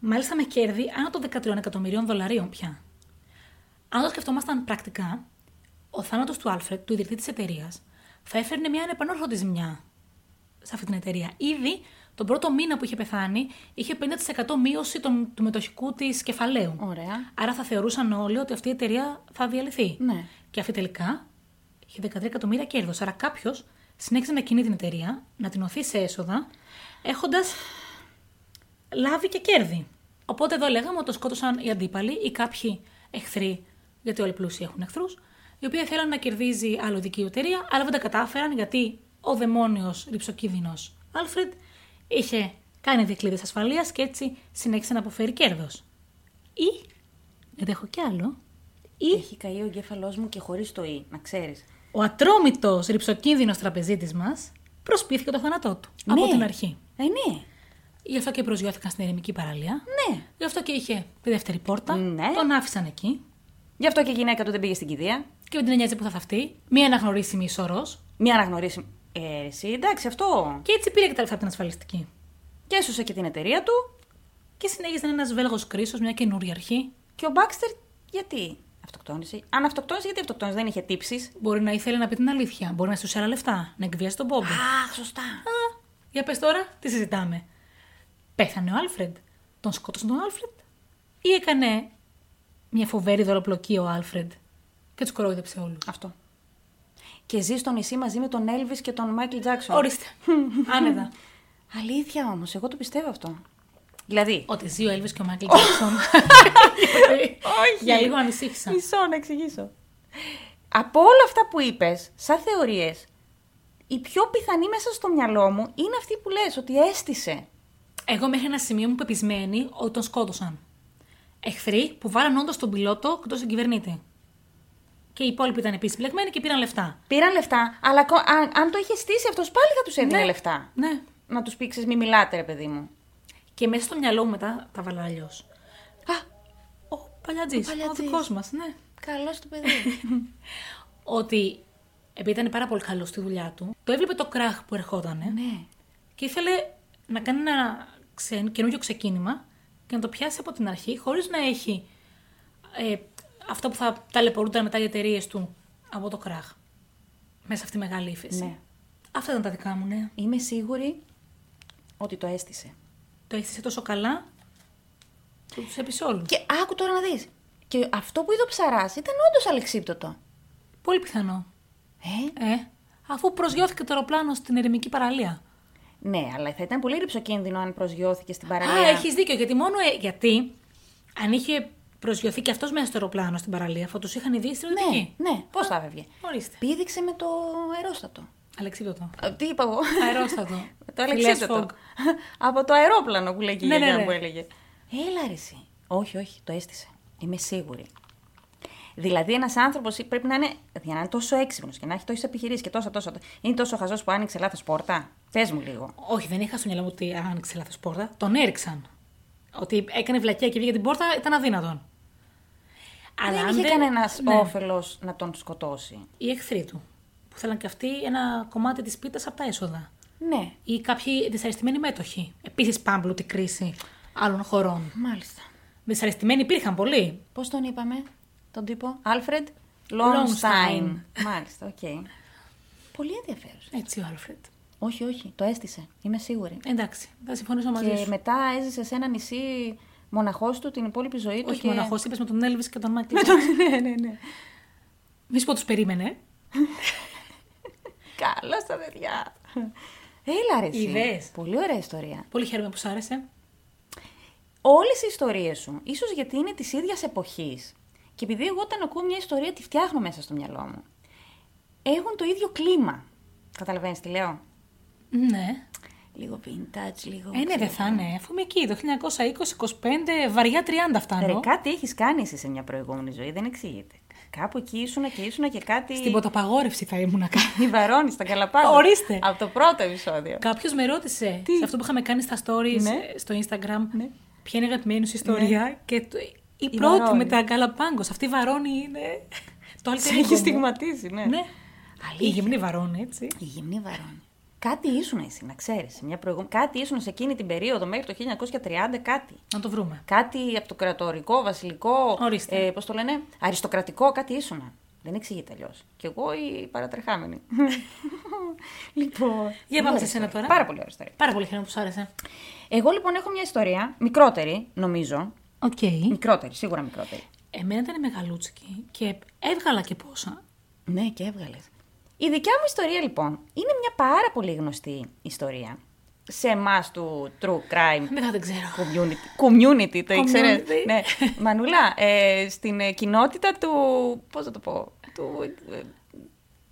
Μάλιστα με κέρδη άνω των 13 εκατομμυρίων δολαρίων πια. Αν το σκεφτόμασταν πρακτικά, ο θάνατος του Άλφρεντ, του ιδρυτή της εταιρείας, θα έφερνε μια ανεπανόρθωτη ζημιά σε αυτή την εταιρεία. Ήδη τον πρώτο μήνα που είχε πεθάνει, είχε 50% μείωση των- του μετοχικού της κεφαλαίου.
Ωραία.
Άρα θα θεωρούσαν όλοι ότι αυτή η εταιρεία θα διαλυθεί.
Ναι.
Και αυτή τελικά είχε 13 εκατομμύρια κέρδος. Άρα κάποιος συνέχισε να κινεί την εταιρεία, να την οθεί σε έσοδα, έχοντας λάβει και κέρδη. Οπότε εδώ λέγαμε ότι το σκότωσαν οι αντίπαλοι ή κάποιοι εχθροί, γιατί όλοι οι πλούσιοι έχουν εχθρούς, οι οποίοι θέλαν να κερδίζει άλλο δική εταιρεία, αλλά δεν τα κατάφεραν γιατί ο δαιμόνιος ρηψοκίνδυνο Άλφρεντ είχε κάνει δικλείδες ασφαλείας και έτσι συνέχισε να αποφέρει κέρδος. Ή, γιατί έχω κι άλλο, Ε. ή
Έχει καεί ο εγκέφαλός μου και χωρίς το ή, να ξέρεις.
ο ατρόμητος ρηψοκίνδυνος τραπεζίτης μας προσπίθηκε το θάνατό του από την αρχή.
Ε, ναι.
Ναι. Γι' αυτό και προσγειώθηκαν στην ερημική παραλία.
Ναι.
Γι' αυτό και είχε τη δεύτερη πόρτα.
Ναι.
Τον άφησαν εκεί.
Γι' αυτό και η γυναίκα του δεν πήγε στην κηδεία.
Και δεν την νοιάζει που θα θαυτεί. Μία αναγνωρίσιμη ισορρό.
Μια αναγνωρίσιμη. Ε, ρε, εσύ, εντάξει, αυτό.
Και έτσι πήρε και τα λεφτά από την ασφαλιστική.
Και έσωσε και την εταιρεία του.
Και συνέχισε ένας Βέλγος κρίσος, μια καινούρια αρχή.
Και ο Μπάξτερ γιατί αυτοκτόνησε. Αν αυτοκτόνησε, γιατί αυτοκτόνησε, δεν είχε τύψεις.
Μπορεί να ήθελε να πει την αλήθεια. Μπορεί να σου άλλα λεφτά. Να εκβιάσει τον Μπόμπι.
Αχ, σωστά.
Α, Για πες τώρα, τι συζητάμε. Πέθανε ο Άλφρεντ. Τον σκότωσαν τον Άλφρεντ. Ή έκανε μια φοβερή δολοπλοκή ο Άλφρεντ. Και τους κορόιδεψε όλους.
Αυτό. Και ζει στο νησί μαζί με τον Έλβη και τον Μάικλ Τζάξον. [LAUGHS]
Ορίστε. Άνετα.
Αλήθεια όμως, εγώ το πιστεύω αυτό. Δηλαδή.
Ότι ζει ο Έλβη και ο
[LAUGHS]
Μάικλ Τζάξον.
Όχι.
Για λίγο ανησύχησα.
Μισό να εξηγήσω. Από όλα αυτά που είπες, σαν θεωρίες, η πιο πιθανή μέσα στο μυαλό μου είναι αυτή που λες ότι αίσθησε.
Εγώ μέχρι ένα σημείο μου πεπισμένη ότι τον σκότωσαν. Εχθροί που βάλαν όντως τον πιλότο και τον κυβερνήτη. Και οι υπόλοιποι ήταν επίσης μπλεγμένοι και πήραν λεφτά.
Πήραν λεφτά, αλλά ακο- αν, αν το είχε στήσει αυτός, πάλι θα τους έδινε λεφτά.
Ναι.
Να τους πήξει, μη μιλάτε, ρε παιδί μου.
Και μέσα στο μυαλό μου μετά τα βάλα αλλιώς.
Α,
Ο παλιατζής. Ο, ο
Παλιατζής.
δικός μας, ναι.
καλός το [LAUGHS] παιδί.
Ότι επειδή ήταν πάρα πολύ καλός στη δουλειά του, το έβλεπε το κράχ που ερχότανε
ναι.
και ήθελε να κάνει ένα ξε... καινούριο ξεκίνημα και να το πιάσει από την αρχή, χωρίς να έχει ε, αυτά που θα ταλαιπωρούνταν μετά οι εταιρείες του από το κράχ. Μέσα αυτή τη μεγάλη ύφεση.
Ναι.
Αυτά ήταν τα δικά μου, ναι.
Είμαι σίγουρη ότι το αίσθησε.
Το έχτισε τόσο καλά που τους έπεισε όλους.
Και άκου τώρα να δεις. Και αυτό που είδε ο ψαράς ήταν όντως αλεξίπτωτο.
Πολύ πιθανό.
Ε?
Ε, αφού προσγειώθηκε το αεροπλάνο στην ερημική παραλία.
Ναι, αλλά θα ήταν πολύ ρηψοκίνδυνο αν προσγειώθηκε στην
Α,
παραλία.
έχεις δίκιο. Γιατί μόνο. ε, γιατί αν είχε προσγειωθεί και αυτός μέσα στο αεροπλάνο στην παραλία, θα τους είχαν ειδήσει στρατιωτικοί.
Ναι, ναι. Πώς θα έβγε.
Ορίστε.
Πήδηξε με το αερόστατο.
Αλεξίπτωτο.
Α, Τι είπα εγώ.
Αερόστατο.
[LAUGHS] το
Φιλές
αλεξίπτωτο.
φογκ.
[LAUGHS] Από το αερόπλανο που λέει και η
Ναι, ναι,
γιαγιά
ναι.
μου έλεγε. Έλα ρε εσύ. Όχι, όχι, το αίσθησε. Είμαι σίγουρη. Δηλαδή, ένας άνθρωπος πρέπει να είναι, για να είναι τόσο έξυπνος και να έχει τόσες επιχειρήσεις και τόσα τόσα. Είναι τόσο χαζός που άνοιξε λάθος πόρτα. Πες μου λίγο.
Όχι, δεν είχα στο μυαλό μου ότι άνοιξε λάθος πόρτα. Τον έριξαν. Ότι έκανε βλακιά και βγήκε την πόρτα ήταν αδύνατον.
δεν
αν
είχε κανένας
Ναι.
όφελος να τον σκοτώσει.
Οι εχθροί του. Που θέλαν και αυτοί ένα κομμάτι της πίτας από τα έσοδα.
Ναι,
Ή κάποιοι δυσαρεστημένοι μέτοχοι. Επίσης πάμπλουτη κρίση άλλων χωρών.
μάλιστα.
Δυσαρεστημένοι υπήρχαν πολλοί.
Πώς τον είπαμε, τον τύπο, Άλφρεντ
Λόνσταϊν.
Λόνστάιν. μάλιστα, οκ. Πολύ ενδιαφέρουσα.
Έτσι ο Άλφρεντ.
Όχι, όχι, το αίσθησε. Είμαι σίγουρη.
Εντάξει, Ε, θα συμφωνήσω μαζί
Και
σου.
μετά έζησε σε ένα νησί μοναχός του την υπόλοιπη ζωή του.
Όχι
και... [LAUGHS]
μοναχός, είπες με τον Έλβη και τον Μάικλ.
ναι, ναι, ναι.
Μη σου πω τους περίμενε.
Καλά στα παιδιά. Έλα ρε εσύ.
Ιδέες.
Πολύ ωραία ιστορία.
Πολύ χαίρομαι που σ' άρεσε.
Όλες οι ιστορίες σου, ίσως γιατί είναι της ίδιας εποχής και επειδή εγώ όταν ακούω μια ιστορία τη φτιάχνω μέσα στο μυαλό μου, έχουν το ίδιο κλίμα. Καταλαβαίνεις τι λέω.
Ναι.
Λίγο vintage, λίγο...
Ε, ναι,
ξέρω.
δεν θα είναι. Αφού είμαι εκεί το 1920-25, βαριά 30
Ρε,
φτάνω.
κάτι έχεις κάνει εσύ σε μια προηγούμενη ζωή, δεν εξηγείται. Κάπου εκεί ήσουνα και ήσουνα και κάτι...
Στην ποταπαγόρευση θα ήμουν κάτι.
Βαρώνεις τα καλαπάκια.
Ορίστε.
Από το πρώτο επεισόδιο.
Κάποιος με ρώτησε
Τι?
σε αυτό που είχαμε κάνει στα stories
Ναι.
ε, στο Instagram.
Ναι.
Ποια είναι η αγαπημένη σου ιστορία. Και το- η,
Η
πρώτη
Βαρόνη.
με τα γκαλαπάγκο. Αυτή η Βαρόνη είναι. το άλλο
Σε έχει στιγματίσει, ναι.
Ναι. Η
Αλήθεια.
γυμνή Βαρόνη, έτσι.
Η γυμνή βαρώνει. Κάτι ήσουν εσύ, να ξέρεις. Μια προηγου... Κάτι ήσουν σε εκείνη την περίοδο, μέχρι το 1930, κάτι.
Να το βρούμε.
Κάτι από το κρατορικό, βασιλικό.
Ορίστε.
Ε, Πώς το λένε, αριστοκρατικό, κάτι ήσουν. Δεν εξηγείται αλλιώς. Κι εγώ η
[LAUGHS]
παρατρεχάμενη. λοιπόν.
Για πάμε
ωραία
σε σένα
ιστορία.
τώρα.
Πάρα πολύ ωραία ιστορία.
Πάρα πολύ χαίρομαι που σου άρεσε.
Εγώ λοιπόν έχω μια ιστορία, μικρότερη νομίζω.
Οκ.
Μικρότερη, σίγουρα μικρότερη.
Εμένα ήταν μεγαλούτσικη και έβγαλα και πόσα.
Ναι, και έβγαλες. Η δικιά μου ιστορία λοιπόν είναι μια πάρα πολύ γνωστή ιστορία σε εμάς του true crime
Δεν θα δεν ξέρω.
community. Community, το ήξερες.
Community.
ναι. Μανουλά, ε, στην ε, κοινότητα του. Πώς θα το πω. Του, ε,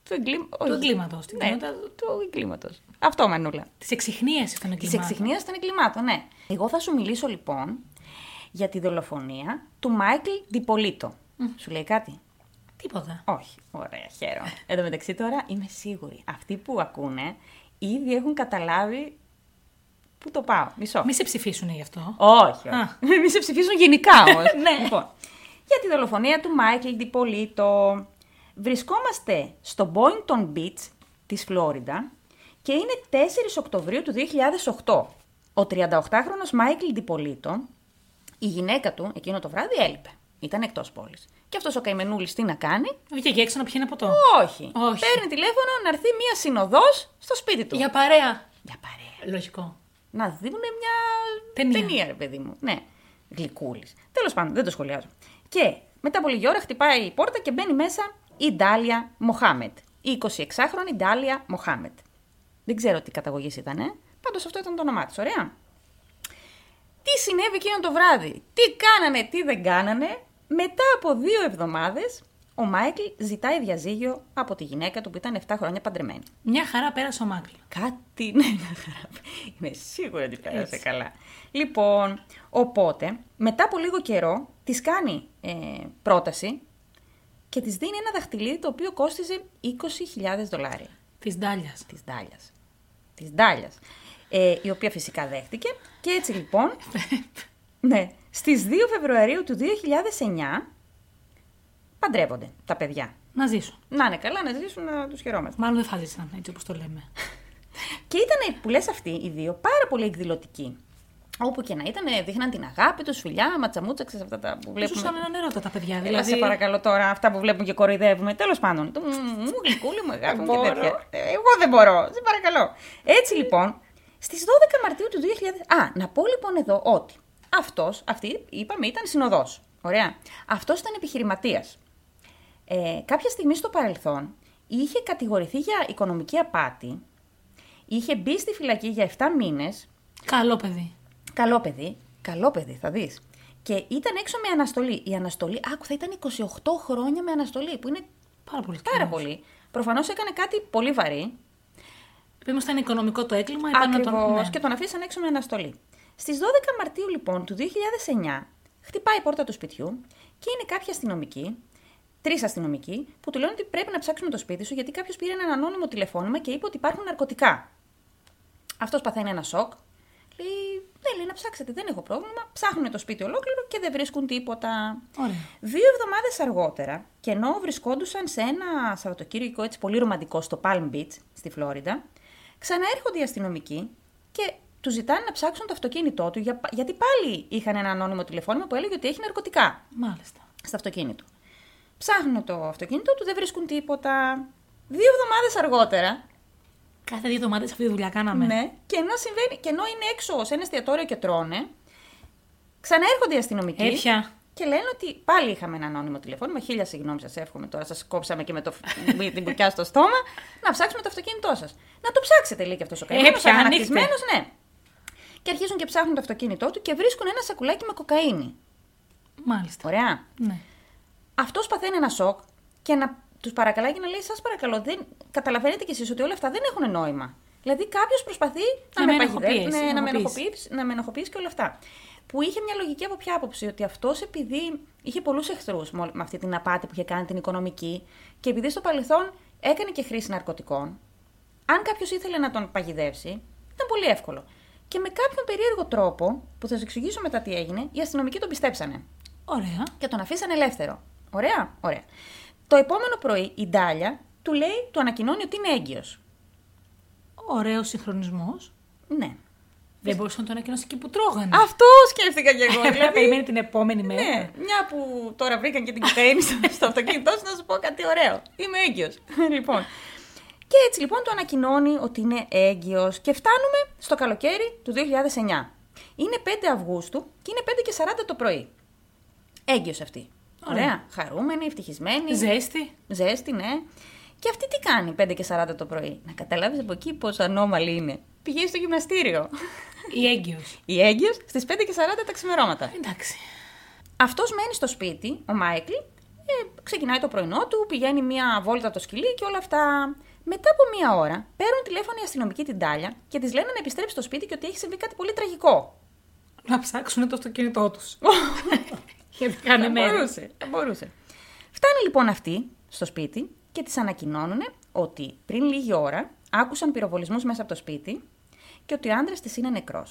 του, εγκλήμα- όχι.
εγκλήματος, την
Ναι,
κοινότητα-
του εγκλήματος. Αυτό, Μανούλα.
Της εξυχνίας των
Της
εγκλημάτων.
εξυχνίας των εγκλημάτων, ναι. Εγώ θα σου μιλήσω λοιπόν για τη δολοφονία του Μάικλ Διπολίτο. Σου λέει κάτι.
Τίποτα.
Όχι. Ωραία, χαίρομαι. Εν τω μεταξύ τώρα είμαι σίγουρη. Αυτοί που ακούνε ήδη έχουν καταλάβει πού το πάω. Μισό.
Μη σε ψηφίσουν γι' αυτό.
Όχι.
Α.
όχι. Μη σε ψηφίσουν γενικά όμως.
[LAUGHS] Ναι.
Λοιπόν, για τη δολοφονία του Μάικλ Ντιπολίτο. Βρισκόμαστε στο Boynton Beach της Φλόριντα και είναι 4 Οκτωβρίου του 2008. Ο 38χρονος Μάικλ Ντιπολίτο, η γυναίκα του εκείνο το βράδυ έλειπε. Ήταν εκτός πόλης. Και αυτός ο καημενούλης τι να κάνει,
Βγήκε έξω να πιει ένα ποτό.
όχι.
Όχι.
Παίρνει τηλέφωνο να έρθει μία συνοδός στο σπίτι του.
Για παρέα.
Για παρέα.
Λογικό.
Να δουν μια
Ταινία.
ρε παιδί μου. Ναι. Γλυκούλης. Τέλος πάντων, δεν το σχολιάζω. Και μετά από λίγη ώρα χτυπάει η πόρτα και μπαίνει μέσα η Ντάλια Μοχάμετ. Η 26χρονη Ντάλια Μοχάμετ. Δεν ξέρω τι καταγωγής ήταν, ε. Πάντως αυτό ήταν το όνομά της. Ωραία. Τι συνέβη εκείνο το βράδυ, τι κάνανε, τι δεν κάνανε. Μετά από δύο εβδομάδες, ο Μάικλ ζητάει διαζύγιο από τη γυναίκα του που ήταν 7 χρόνια παντρεμένη.
Μια χαρά πέρασε ο Μάκλ.
Κάτι ναι, να χαράπει. Είμαι σίγουρη ότι πέρασε
Έτσι.
καλά. Λοιπόν, οπότε, μετά από λίγο καιρό, της κάνει ε, πρόταση και της δίνει ένα δαχτυλίδι το οποίο κόστιζε 20.000 δολάρια.
Της Ντάλιας.
[LAUGHS] Της Ντάλιας. Της Ντάλιας. Ε, η οποία φυσικά δέχτηκε. Και έτσι λοιπόν. ναι, στις 2 Φεβρουαρίου του 2009 παντρεύονται τα παιδιά.
Να ζήσουν.
Να είναι καλά, να ζήσουν, να τους χαιρόμαστε.
Μάλλον δεν θα ζήσαν έτσι όπως το λέμε.
Και ήταν που λες αυτοί οι δύο πάρα πολύ εκδηλωτικοί. Όπου και να ήταν, δείχναν την αγάπη τους, φιλιά, ματσαμούτσα, ξέρεις, αυτά τα που βλέπουμε.
Ζούσαν έναν έρωτα τα παιδιά.
Έλα,
Δηλαδή.
Ε, σε παρακαλώ τώρα, αυτά που βλέπουμε και κοροϊδεύουμε. Τέλος πάντων. Το μου, μου, γλυκούλη μου, αγάπη μου και
μπορώ.
τέτοια. Ε, Εγώ δεν μπορώ. Σε παρακαλώ. Έτσι λοιπόν, στις 12 Μαρτίου του 2000. Α, να πω λοιπόν εδώ ότι αυτός, αυτή είπαμε, ήταν συνοδός. Ωραία. Αυτός ήταν επιχειρηματίας. Ε, κάποια στιγμή στο παρελθόν είχε κατηγορηθεί για οικονομική απάτη. Είχε μπει στη φυλακή για 7 μήνες
Καλό παιδί.
Καλό παιδί, καλό παιδί, θα δεις. Και ήταν έξω με αναστολή. Η αναστολή, άκου, θα ήταν 28 χρόνια με αναστολή, που είναι
Πάρα πολύ.
πάρα πολύ. Προφανώς έκανε κάτι πολύ βαρύ.
Επειδή ήταν οικονομικό το έγκλημα, είπαν να
Ακριβώ.
τον. ναι.
Και τον αφήσαν έξω με αναστολή. Στις 12 Μαρτίου λοιπόν του 2009, χτυπάει η πόρτα του σπιτιού και είναι κάποιοι αστυνομικοί, τρεις αστυνομικοί, που του λένε ότι πρέπει να ψάξουμε το σπίτι σου γιατί κάποιος πήρε έναν ανώνυμο τηλεφώνημα και είπε ότι υπάρχουν ναρκωτικά. Αυτός παθαίνει ένα σοκ. Λέει, ναι, λέει να ψάξετε, δεν έχω πρόβλημα. Ψάχνουν το σπίτι ολόκληρο και δεν βρίσκουν τίποτα.
Ωραία.
Δύο εβδομάδες αργότερα, και ενώ βρισκόντουσαν σε ένα Σαββατοκύριακο έτσι πολύ ρομαντικό στο Palm Beach στη Φλόριντα, ξαναέρχονται οι αστυνομικοί και του ζητάνε να ψάξουν το αυτοκίνητό του, για, γιατί πάλι είχαν ένα ανώνυμο τηλεφώνημα που έλεγε ότι έχει ναρκωτικά
Μάλιστα.
στο αυτοκίνητο. Ψάχνουν το αυτοκίνητό του, δεν βρίσκουν τίποτα. Δύο εβδομάδες αργότερα,
Κάθε δύο εβδομάδες αυτή τη δουλειά κάναμε.
ναι, και ενώ, συμβαίνει, και ενώ είναι έξω σε ένα εστιατόριο και τρώνε, ξαναέρχονται οι αστυνομικοί.
Έπια.
Και λένε ότι πάλι είχαμε ένα ανώνυμο τηλεφώνημα. Χίλια συγγνώμη, σας εύχομαι τώρα. Σας κόψαμε και με, το, [LAUGHS] με την κουκιά στο στόμα. Να ψάξουμε το αυτοκίνητό σας. Να το ψάξετε, λέει και αυτός ο
Ε,
καημένο.
πια ανοίχτε.
ναι. Και αρχίζουν και ψάχνουν το αυτοκίνητό του και βρίσκουν ένα σακουλάκι με κοκαίνη.
Μάλιστα.
Ωραία.
Ναι.
Αυτός παθαίνει ένα σοκ και να τους παρακαλάει και να λέει: Σας παρακαλώ, δεν... καταλαβαίνετε κι εσείς ότι όλα αυτά δεν έχουν νόημα. Δηλαδή, κάποιος προσπαθεί να,
Να με
με παγιδεύσει,
ενοχοποιήσει,
ναι, να, με
ενοχοποιήσει.
ενοχοποιήσει- να με ενοχοποιήσει και όλα αυτά. Που είχε μια λογική από ποια άποψη, ότι αυτός επειδή είχε πολλούς εχθρούς με με αυτή την απάτη που είχε κάνει την οικονομική και επειδή στο παρελθόν έκανε και χρήση ναρκωτικών, αν κάποιος ήθελε να τον παγιδεύσει, ήταν πολύ εύκολο. Και με κάποιον περίεργο τρόπο, που θα σας εξηγήσω μετά τι έγινε, οι αστυνομικοί τον πιστέψανε
Ωραία.
και τον αφήσαν ελεύθερο. Ωραία, ωραία. Το επόμενο πρωί η Ντάλια του λέει, του ανακοινώνει ότι είναι έγκυος.
Ωραίο συγχρονισμός.
Ναι.
Δεν μπορούσε να το ανακοινώσει εκεί που τρώγανε.
Αυτό σκέφτηκα και εγώ.
Έπρεπε να
δηλαδή,
ε, [LAUGHS] περιμένει την επόμενη μέρα.
ναι, μια που τώρα βρήκαν και την κουκαίνη στο, στο αυτοκίνητό σου, να σου πω κάτι ωραίο. Είμαι έγκυος. [LAUGHS] λοιπόν. Και έτσι λοιπόν του ανακοινώνει ότι είναι έγκυος και φτάνουμε στο καλοκαίρι του 2009. Είναι 5 Αυγούστου και είναι 5 και 40 το πρωί. Έγκυος αυτή. Ωραία.
Ωραία.
Χαρούμενη, ευτυχισμένη.
Ζέστη.
Ζέστη, ναι. Και αυτή τι κάνει 5 και 40 το πρωί. Να καταλάβεις από εκεί πόσο ανώμαλη είναι. Πηγαίνει στο γυμναστήριο.
Η έγκυος.
Η έγκυος στις 5 και 40 τα ξημερώματα.
Εντάξει.
Αυτός μένει στο σπίτι, ο Μάικλ. Ε, ξεκινάει το πρωινό του, πηγαίνει μία βόλτα από το σκυλί και όλα αυτά. Μετά από μία ώρα παίρνουν τηλέφωνο οι αστυνομικοί την Τάλια και της λένε να επιστρέψει στο σπίτι και ότι έχει συμβεί κάτι πολύ τραγικό.
Να ψάξουν το αυτοκίνητό τους. Γιατί κάνε
Θα
μέρε.
μπορούσε, θα μπορούσε. Φτάνει λοιπόν αυτή στο σπίτι και της ανακοινώνουν ότι πριν λίγη ώρα άκουσαν πυροβολισμούς μέσα από το σπίτι και ότι ο άντρας της είναι νεκρός.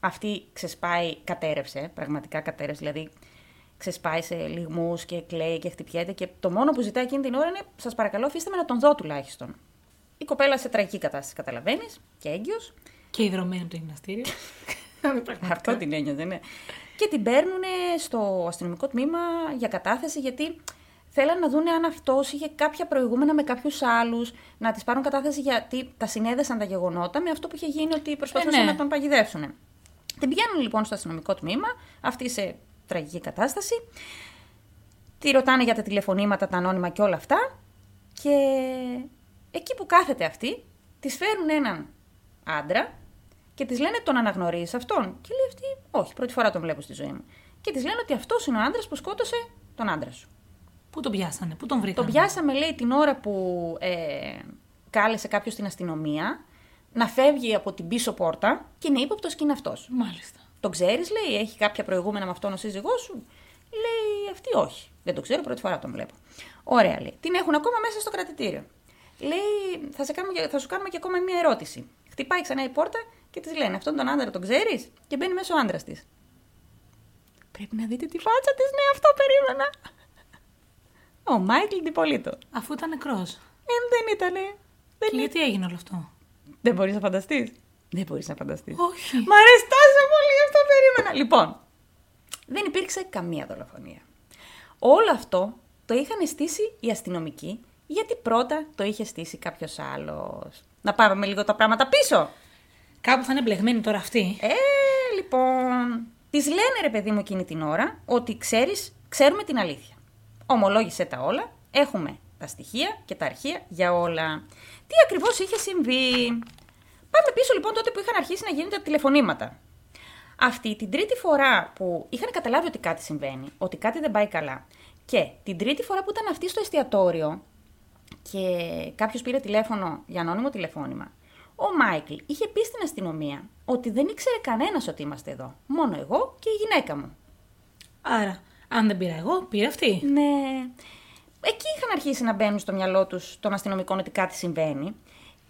Αυτή ξεσπάει, κατέρευσε, πραγματικά κατέρευσε. Δηλαδή ξεσπάει σε λιγμούς και κλαίει και χτυπιέται και το μόνο που ζητάει εκείνη την ώρα είναι: Σας παρακαλώ, αφήστε με να τον δω τουλάχιστον. Η κοπέλα σε τραγική κατάσταση, καταλαβαίνεις, και έγκυος.
Και υδρωμένη από το γυμναστήριο. [LAUGHS] Πραγματικά.
[LAUGHS] Αυτό την ένιωθε, ναι. Και την παίρνουν στο αστυνομικό τμήμα για κατάθεση, γιατί θέλαν να δουν αν αυτός είχε κάποια προηγούμενα με κάποιους άλλους, να της πάρουν κατάθεση γιατί τα συνέδεσαν τα γεγονότα με αυτό που είχε γίνει ότι προσπαθούσαν
Ε, ναι.
να τον παγιδεύσουν. Την πηγαίνουν λοιπόν στο αστυνομικό τμήμα, αυτή σε τραγική κατάσταση. Τη ρωτάνε για τα τηλεφωνήματα, τα ανώνυμα και όλα αυτά. Και εκεί που κάθεται αυτή, της φέρουν έναν άντρα και της λένε τον αναγνωρίζεις αυτόν. Και λέει αυτή, Όχι, πρώτη φορά τον βλέπω στη ζωή μου. Και της λένε ότι αυτός είναι ο άντρας που σκότωσε τον άντρα σου.
Πού τον πιάσανε, πού τον βρήκανε.
Τον πιάσαμε, λέει, την ώρα που ε, κάλεσε κάποιος την αστυνομία να φεύγει από την πίσω πόρτα και είναι ύποπτος και είναι αυτός.
Μάλιστα.
Τον ξέρεις, λέει, έχει κάποια προηγούμενα με αυτόν ο σύζυγός σου. Λέει αυτή όχι. Δεν το ξέρω, πρώτη φορά τον βλέπω. Ωραία, λέει. Την έχουν ακόμα μέσα στο κρατητήριο. Λέει, θα, σε κάνουμε, και- θα σου κάνουμε και ακόμα μία ερώτηση. Χτυπάει ξανά η πόρτα και της λένε Αυτόν τον άντρα τον ξέρεις και μπαίνει μέσα ο άντρας της. Πρέπει να δείτε τη φάτσα της, ναι, αυτό περίμενα. Ο Μάικλ Ντιπολίτο.
Αφού ήταν νεκρός.
Ε, δεν ήτανε. Δεν,
Και γιατί έγινε όλο αυτό.
δεν μπορείς να φανταστείς. Δεν μπορείς να φανταστείς.
Όχι.
Μ' αρέσει τόσο πολύ, γι' αυτό περίμενα. Λοιπόν, δεν υπήρξε καμία δολοφονία. Όλο αυτό το είχαν στήσει οι αστυνομικοί, γιατί πρώτα το είχε στήσει κάποιος άλλος. Να πάμε λίγο τα πράγματα πίσω.
Κάπου θα είναι μπλεγμένοι τώρα αυτοί.
Ε, λοιπόν. Της λένε ρε παιδί μου εκείνη την ώρα ότι ξέρεις, ξέρουμε την αλήθεια. Ομολόγησε τα όλα, έχουμε τα στοιχεία και τα αρχεία για όλα. Τι ακριβώς είχε συμβεί. Πάμε πίσω λοιπόν τότε που είχαν αρχίσει να γίνονται τα τηλεφωνήματα. Αυτή την τρίτη φορά που είχαν καταλάβει ότι κάτι συμβαίνει, ότι κάτι δεν πάει καλά. Και την τρίτη φορά που ήταν αυτή στο εστιατόριο, και κάποιος πήρε τηλέφωνο για ανώνυμο τηλεφώνημα. Ο Μάικλ είχε πει στην αστυνομία ότι δεν ήξερε κανένας ότι είμαστε εδώ. Μόνο εγώ και η γυναίκα μου.
Άρα, αν δεν πήρα εγώ, πήρα αυτή.
Ναι. Εκεί είχαν αρχίσει να μπαίνουν στο μυαλό τους των αστυνομικών ότι κάτι συμβαίνει.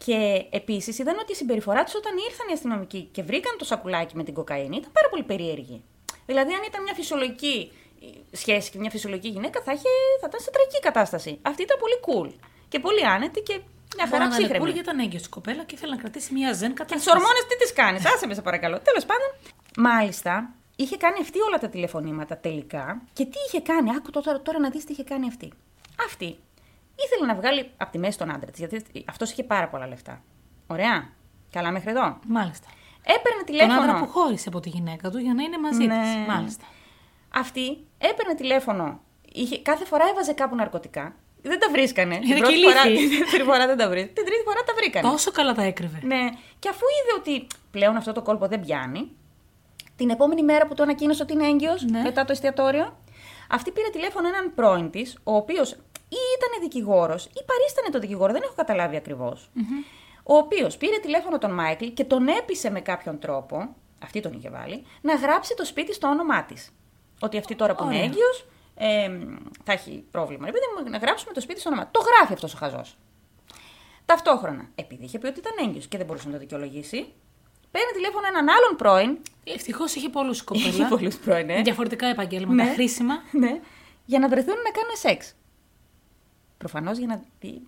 Και επίσης είδαν ότι η συμπεριφορά τους όταν ήρθαν οι αστυνομικοί και βρήκαν το σακουλάκι με την κοκαίνη ήταν πάρα πολύ περίεργη. Δηλαδή, αν ήταν μια φυσιολογική ε, σχέση και μια φυσιολογική γυναίκα, θα, είχε, θα ήταν σε τραγική κατάσταση. Αυτή ήταν πολύ cool. Και πολύ άνετη και μια χαρά
Μπορεί να ήταν
ψύχρεμη.
cool, γιατί ήταν έγκυος τη κοπέλα και ήθελε να κρατήσει μια ζεν
Και τις
κατάσταση.
ορμόνες τι τις κάνεις. Άσε με, σε παρακαλώ. Τέλος πάντων. Μάλιστα, είχε κάνει αυτή όλα τα τηλεφωνήματα τελικά. Και τι είχε κάνει. Άκου το τώρα, τώρα να δεις τι είχε κάνει αυτή. Αυτή ήθελε να βγάλει από τη μέση τον άντρα της, γιατί αυτός είχε πάρα πολλά λεφτά. Ωραία. Καλά μέχρι εδώ.
Μάλιστα.
Έπαιρνε τηλέφωνο.
Τον άντρα που χώρισε από τη γυναίκα του για να είναι μαζί
Ναι.
της. Μάλιστα.
Αυτή έπαιρνε τηλέφωνο. Είχε, κάθε φορά έβαζε κάπου ναρκωτικά. Δεν τα βρίσκανε. Την
και
πρώτη φορά, [LAUGHS]
ηλίθιοι.
την δεύτερη φορά δεν τα βρίσκανε. Την τρίτη φορά τα βρήκανε.
Τόσο καλά τα έκρυβε.
Ναι. Και αφού είδε ότι πλέον αυτό το κόλπο δεν πιάνει, την επόμενη μέρα που το ανακοίνωσε ότι είναι έγκυος,
Ναι.
μετά το εστιατόριο, αυτή πήρε τηλέφωνο έναν πρώην της, ο οποίος ή ήταν δικηγόρος ή παρίστανε τον δικηγόρο, δεν έχω καταλάβει ακριβώς, Ο οποίος πήρε τηλέφωνο τον Μάικλ και τον έπεισε με κάποιον τρόπο, αυτή τον είχε βάλει, να γράψει το σπίτι στο όνομά της. Ότι αυτή τώρα που είναι
Ωραία.
έγκυος ε, θα έχει πρόβλημα. Ρε παιδί μου, να γράψουμε το σπίτι στο όνομά. Το γράφει αυτός ο χαζός. Ταυτόχρονα, επειδή είχε πει ότι ήταν έγκυος και δεν μπορούσε να το δικαιολογήσει, παίρνει τηλέφωνο έναν άλλον πρώην.
Ευτυχώς είχε πολλούς
Είχε
κοπέλα.
πολλούς πρώην, ε.
Διαφορετικά επαγγέλματα.
Ναι.
Χρήσιμα.
Ναι, για να βρεθούν να κάνουν σεξ. Προφανώς για να, πει-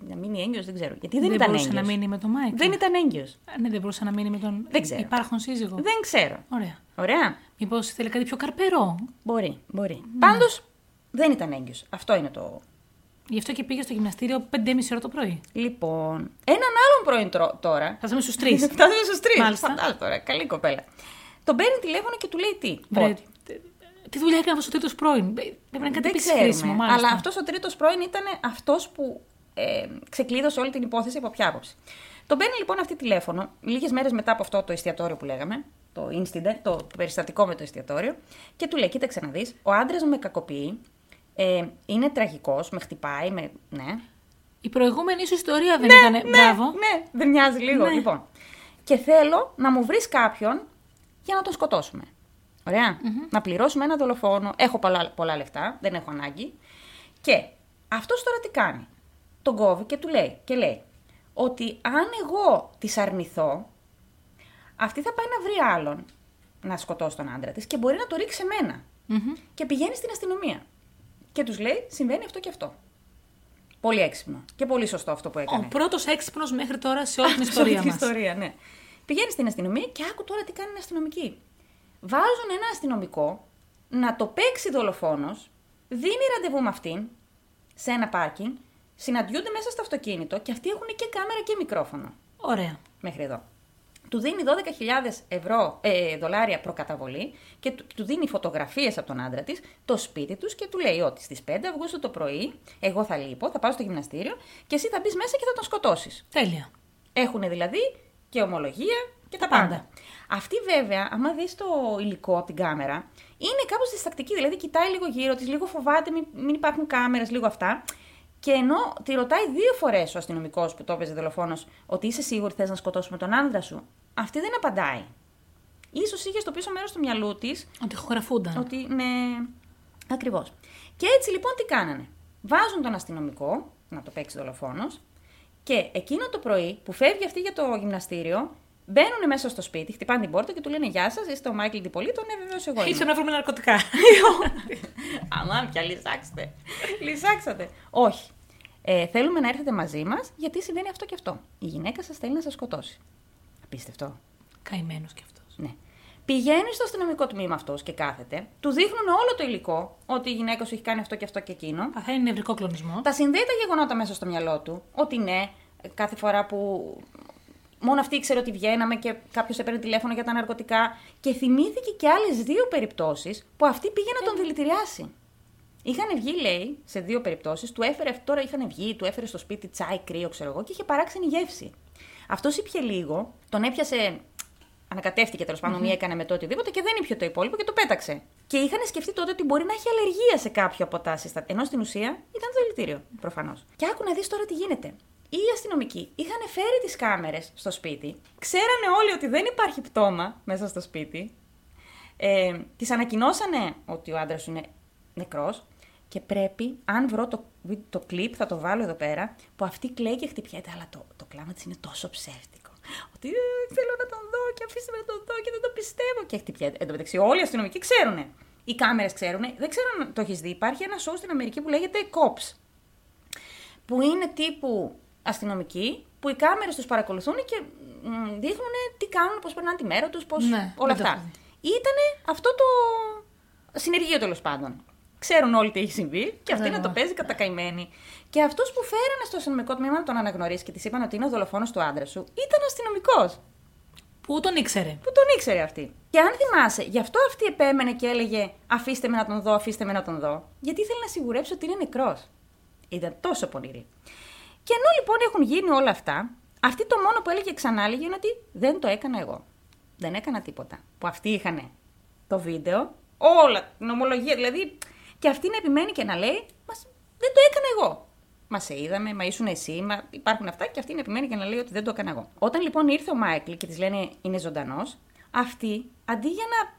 να μείνει έγκυος, δεν ξέρω. Γιατί δεν, ήταν
μπορούσε
έγκυο.
να μείνει με τον Μάικλ.
Δεν ήταν έγκυος.
Α, Ναι, δεν μπορούσε να μείνει με τον
Δεν ξέρω.
υπάρχον σύζυγο.
Δεν ξέρω.
Ωραία.
Ωραία.
Μήπως ήθελε κάτι πιο καρπερό.
Μπορεί, μπορεί. Πάντως δεν ήταν έγκυος. Αυτό είναι το.
Γι' αυτό και πήγε στο γυμναστήριο 5,5 ώρα το πρωί.
Λοιπόν, έναν άλλον πρώην τρο- τώρα.
Φτάσαμε στους τρεις.
[LAUGHS] Φτάσαμε στους τρεις.
Μάλιστα.
Φαντάζομαι τώρα. Καλή κοπέλα. Τον παίρνει τηλέφωνο και του λέει τι. ότι-
Τι δουλειά έκανε αυτό ο τρίτος πρώην. Ε, Πρέπει να είναι κάτι
Δεν
επίση
ξέρουμε.
χρήσιμο, μάλιστα.
αλλά αυτός ο τρίτος πρώην ήταν αυτός που ε, ξεκλείδωσε όλη την υπόθεση από ποια άποψη. Τον παίρνει λοιπόν αυτή τηλέφωνο, λίγες μέρες μετά από αυτό το εστιατόριο που λέγαμε, το incident, το περιστατικό με το εστιατόριο, και του λέει: Κοίταξε να δεις, ο άντρας με κακοποιεί, ε, είναι τραγικός, με χτυπάει, με. Ναι,
Η προηγούμενη ίσω ιστορία δεν ήταν. Μπράβο.
ναι, δεν μοιάζει λίγο.
Ναι.
Λοιπόν. Και θέλω να μου βρεις κάποιον για να τον σκοτώσουμε. Ωραία. Να πληρώσουμε ένα δολοφόνο. Έχω πολλά, πολλά λεφτά, δεν έχω ανάγκη. Και αυτός τώρα τι κάνει. Τον κόβει και του λέει, και λέει ότι αν εγώ της αρνηθώ, αυτή θα πάει να βρει άλλον να σκοτώσει τον άντρα της και μπορεί να το ρίξει σε μένα.
Μμμ.
Και πηγαίνει στην αστυνομία. Και τους λέει: Συμβαίνει αυτό και αυτό. Πολύ έξυπνο. Και πολύ σωστό αυτό που έκανε.
Ο πρώτος έξυπνος μέχρι τώρα σε όλη την
[LAUGHS] Σε όλη
ιστορία
την
μας.
ιστορία, ναι. Πηγαίνει στην αστυνομία και άκου τώρα τι κάνουν οι αστυνομικοί. Βάζουν ένα αστυνομικό να το παίξει δολοφόνος, δίνει ραντεβού με αυτήν σε ένα πάρκινγκ, συναντιούνται μέσα στο αυτοκίνητο και αυτοί έχουν και κάμερα και μικρόφωνο.
Ωραία.
Μέχρι εδώ. Του δίνει 12.000 ευρώ, ε, δολάρια προκαταβολή και του, του δίνει φωτογραφίες από τον άντρα της, το σπίτι τους και του λέει ότι στις 5 Αυγούστου το πρωί εγώ θα λείπω, θα πάω στο γυμναστήριο και εσύ θα μπεις μέσα και θα τον σκοτώσεις.
Τέλεια.
Έχουν δηλαδή και ομολογία και τα
πάντα.
πάντα. Αυτή βέβαια, άμα δεις το υλικό από την κάμερα, είναι κάπως διστακτική. Δηλαδή, κοιτάει λίγο γύρω της, λίγο φοβάται, μην, μην υπάρχουν κάμερες, λίγο αυτά. Και ενώ τη ρωτάει δύο φορές ο αστυνομικός που το έπαιζε δολοφόνος, ότι είσαι σίγουρη θες να σκοτώσουμε τον άντρα σου, αυτή δεν απαντάει. Ίσως είχε στο πίσω μέρος του μυαλού της
Ότι χογραφούνταν.
ότι ναι. Ακριβώς. Και έτσι λοιπόν τι κάνανε. Βάζουν τον αστυνομικό να το παίξει δολοφόνος και εκείνο το πρωί που φεύγει αυτή για το γυμναστήριο, μπαίνουν μέσα στο σπίτι, χτυπάνε την πόρτα και του λένε Γεια σας, είστε ο Μάικλ Ντιπολίτο. Ναι, βεβαίως εγώ είμαι.
Ήρθε να βρούμε ναρκωτικά.
[LAUGHS] Αμάν πια, λυσάξτε. Λυσάξατε. Όχι. Ε, θέλουμε να έρθετε μαζί μας γιατί συμβαίνει αυτό και αυτό. Η γυναίκα σας θέλει να σας σκοτώσει. Απίστευτο.
Καημένος κι αυτός.
Ναι. Πηγαίνει στο αστυνομικό τμήμα αυτός και κάθεται, του δείχνουν όλο το υλικό, ότι η γυναίκα σου έχει κάνει αυτό και αυτό και εκείνο.
Παθαίνει νευρικό κλονισμό.
Τα συνδέει τα γεγονότα μέσα στο μυαλό του, ότι ναι, κάθε φορά που. Μόνο αυτή ήξερε ότι βγαίναμε και κάποιος έπαιρνε τηλέφωνο για τα ναρκωτικά. Και θυμήθηκε και άλλες δύο περιπτώσεις που αυτή πήγε να τον δηλητηριάσει. Είχαν βγει, λέει, σε δύο περιπτώσεις, του έφερε αυτό, τώρα είχαν βγει, του έφερε στο σπίτι τσάι κρύο, ξέρω εγώ, και είχε παράξενη γεύση. Αυτός ήπια λίγο, τον έπιασε. Ανακατεύτηκε τέλος πάντων, μία έκανε με το οτιδήποτε και δεν ήπια το υπόλοιπο και το πέταξε. Και είχαν σκεφτεί τότε ότι μπορεί να έχει αλλεργία σε κάποιο από τα συστατικά. Ενώ στην ουσία ήταν το δηλητήριο, προφανώς. Και άκου να δεις τώρα τι γίνεται. Οι αστυνομικοί είχαν φέρει τις κάμερες στο σπίτι, ξέρανε όλοι ότι δεν υπάρχει πτώμα μέσα στο σπίτι, ε, τη ανακοινώσανε ότι ο άντρας είναι νεκρός και πρέπει, αν βρω το, βι- το κλιπ, θα το βάλω εδώ πέρα, που αυτή κλαίει και χτυπιέται. Αλλά το, το κλάμα της είναι τόσο ψεύτικο. Ότι «Ε, θέλω να τον δω και αφήστε με να τον δω και δεν το πιστεύω. Και χτυπιέται. Εν τω μεταξύ, όλοι οι αστυνομικοί ξέρουν. Οι κάμερες ξέρουν. Δεν ξέρω αν το έχεις δει. Υπάρχει ένα show στην Αμερική που λέγεται Cops. Που είναι τύπου αστυνομικοί που οι κάμερες τους παρακολουθούν και δείχνουν τι κάνουν, πώς περνάνε τη μέρα τους, πώς.
Ναι,
όλα
δεν το έχω
αυτά
δει.
ήταν αυτό το συνεργείο τέλος πάντων. Ξέρουν όλοι τι έχει συμβεί και αυτή
Κατάλαβα.
να το παίζει κατά καημένη. Και αυτός που φέρανε στο αστυνομικό τμήμα να τον αναγνωρίσει και της είπαν ότι είναι ο δολοφόνος του άντρα σου, ήταν αστυνομικός.
Πού τον ήξερε.
Που τον ήξερε αυτή. Και αν θυμάσαι, γι' αυτό αυτή επέμενε και έλεγε Αφήστε με να τον δω, αφήστε με να τον δω. Γιατί ήθελε να σιγουρέψει ότι είναι νεκρός. Ήταν τόσο πονηρή. Και ενώ λοιπόν έχουν γίνει όλα αυτά, αυτή το μόνο που έλεγε ξανά έλεγε είναι ότι δεν το έκανα εγώ. Δεν έκανα τίποτα. Που αυτοί είχαν το βίντεο, όλα, την ομολογία δηλαδή. Και αυτή να επιμένει και να λέει, Μας, δεν το έκανα εγώ. Μας σε είδαμε, μα ήσουν εσύ, μα υπάρχουν αυτά και αυτή να επιμένει και να λέει ότι δεν το έκανα εγώ. Όταν λοιπόν ήρθε ο Μάικλ και της λένε είναι ζωντανός, αυτή αντί για να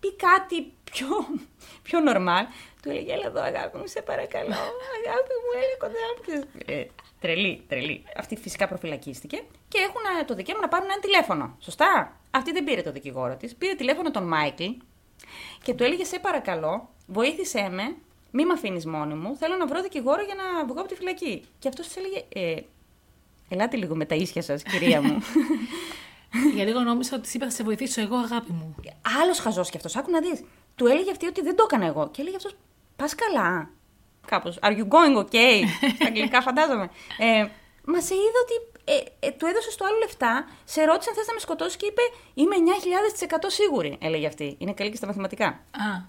πει κάτι πιο, πιο normal, του έλεγε Έλα εδώ, αγάπη μου, σε παρακαλώ. Αγάπη μου, έλα κοντά μου. Ξέρεις, ε, τρελή, τρελή. Αυτή φυσικά προφυλακίστηκε και έχουν ε, το δικαίωμα να πάρουν ένα τηλέφωνο. Σωστά. Αυτή δεν πήρε το δικηγόρο της. Πήρε τηλέφωνο τον Μάικλ και του έλεγε Σε παρακαλώ, βοήθησέ με, μη με αφήνεις μόνη μου. Θέλω να βρω δικηγόρο για να βγω από τη φυλακή. Και αυτός τη έλεγε ε, Ελάτε λίγο με τα ίσια σας, κυρία μου.
Για λίγο νόμιζα ότι της είπα θα σε βοηθήσω εγώ, αγάπη μου.
Άλλος χαζός κι αυτός, άκου να δεις. Του έλεγε αυτή ότι δεν το έκανα εγώ. Και έλεγε αυτός, πας καλά. Κάπως. Are you going okay? Στα αγγλικά φαντάζομαι. Ε, Μα σε είδε ότι ε, ε, του έδωσε το άλλο λεφτά, σε ρώτησε αν θες να με σκοτώσεις και είπε Είμαι 9.000% σίγουρη, έλεγε αυτή. Είναι καλή και στα μαθηματικά.
Α,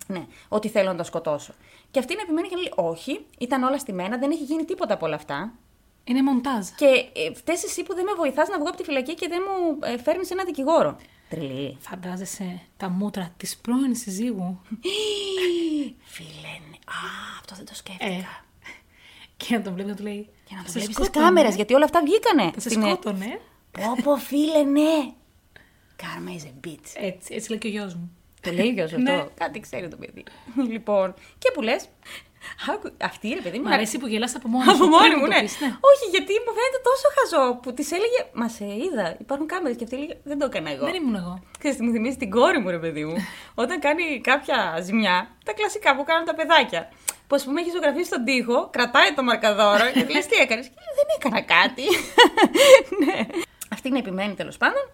Ναι, ότι θέλω να τον σκοτώσω. Και αυτή να επιμένει και να λέει: Όχι, ήταν όλα στημένα, δεν έχει γίνει τίποτα από όλα αυτά.
είναι μοντάζ.
Και ε, φταίει εσύ που δεν με βοηθάς να βγω από τη φυλακή και δεν μου ε, φέρνεις ένα δικηγόρο. Τρελή.
Φαντάζεσαι τα μούτρα της πρώην συζύγου.
Φίλε, ναι. Α, αυτό δεν το σκέφτηκα.
Ε. και να τον βλέπει να του λέει.
Για να
«Θα
το
σε
βλέπει τι
σκότωνε,
κάμερες, γιατί όλα αυτά βγήκανε.
Θα σε
στην-
σκότωνε.
Πω, πω, φίλε, ναι. Karma is a bitch.
Έτσι, έτσι λέει και ο γιος μου.
Το λέει και αυτό.
Ναι.
Κάτι ξέρει το παιδί. Λοιπόν, και που λες. Αυτή ρε παιδί μου.
Μ'
να-
αρέσει που γελάς από μόνη
Από
σου,
μόνη
πριν
μου,
το
ναι.
πεις, ναι.
Όχι, γιατί μου φαίνεται τόσο χαζό που της έλεγε. Μα σε είδα, υπάρχουν κάμερες και αυτή έλεγε. Δεν το έκανα εγώ.
Δεν ήμουν εγώ.
Ξέρεις, μου θυμίζει την κόρη μου, ρε παιδί μου. Όταν κάνει κάποια ζημιά, τα κλασικά που κάνουν τα παιδάκια. Που ας πούμε έχει ζωγραφεί στον τοίχο, κρατάει το μαρκαδόρο και του λες τι έκανες. Δεν έκανα κάτι. ναι. Αυτή να επιμένει τέλος πάντων.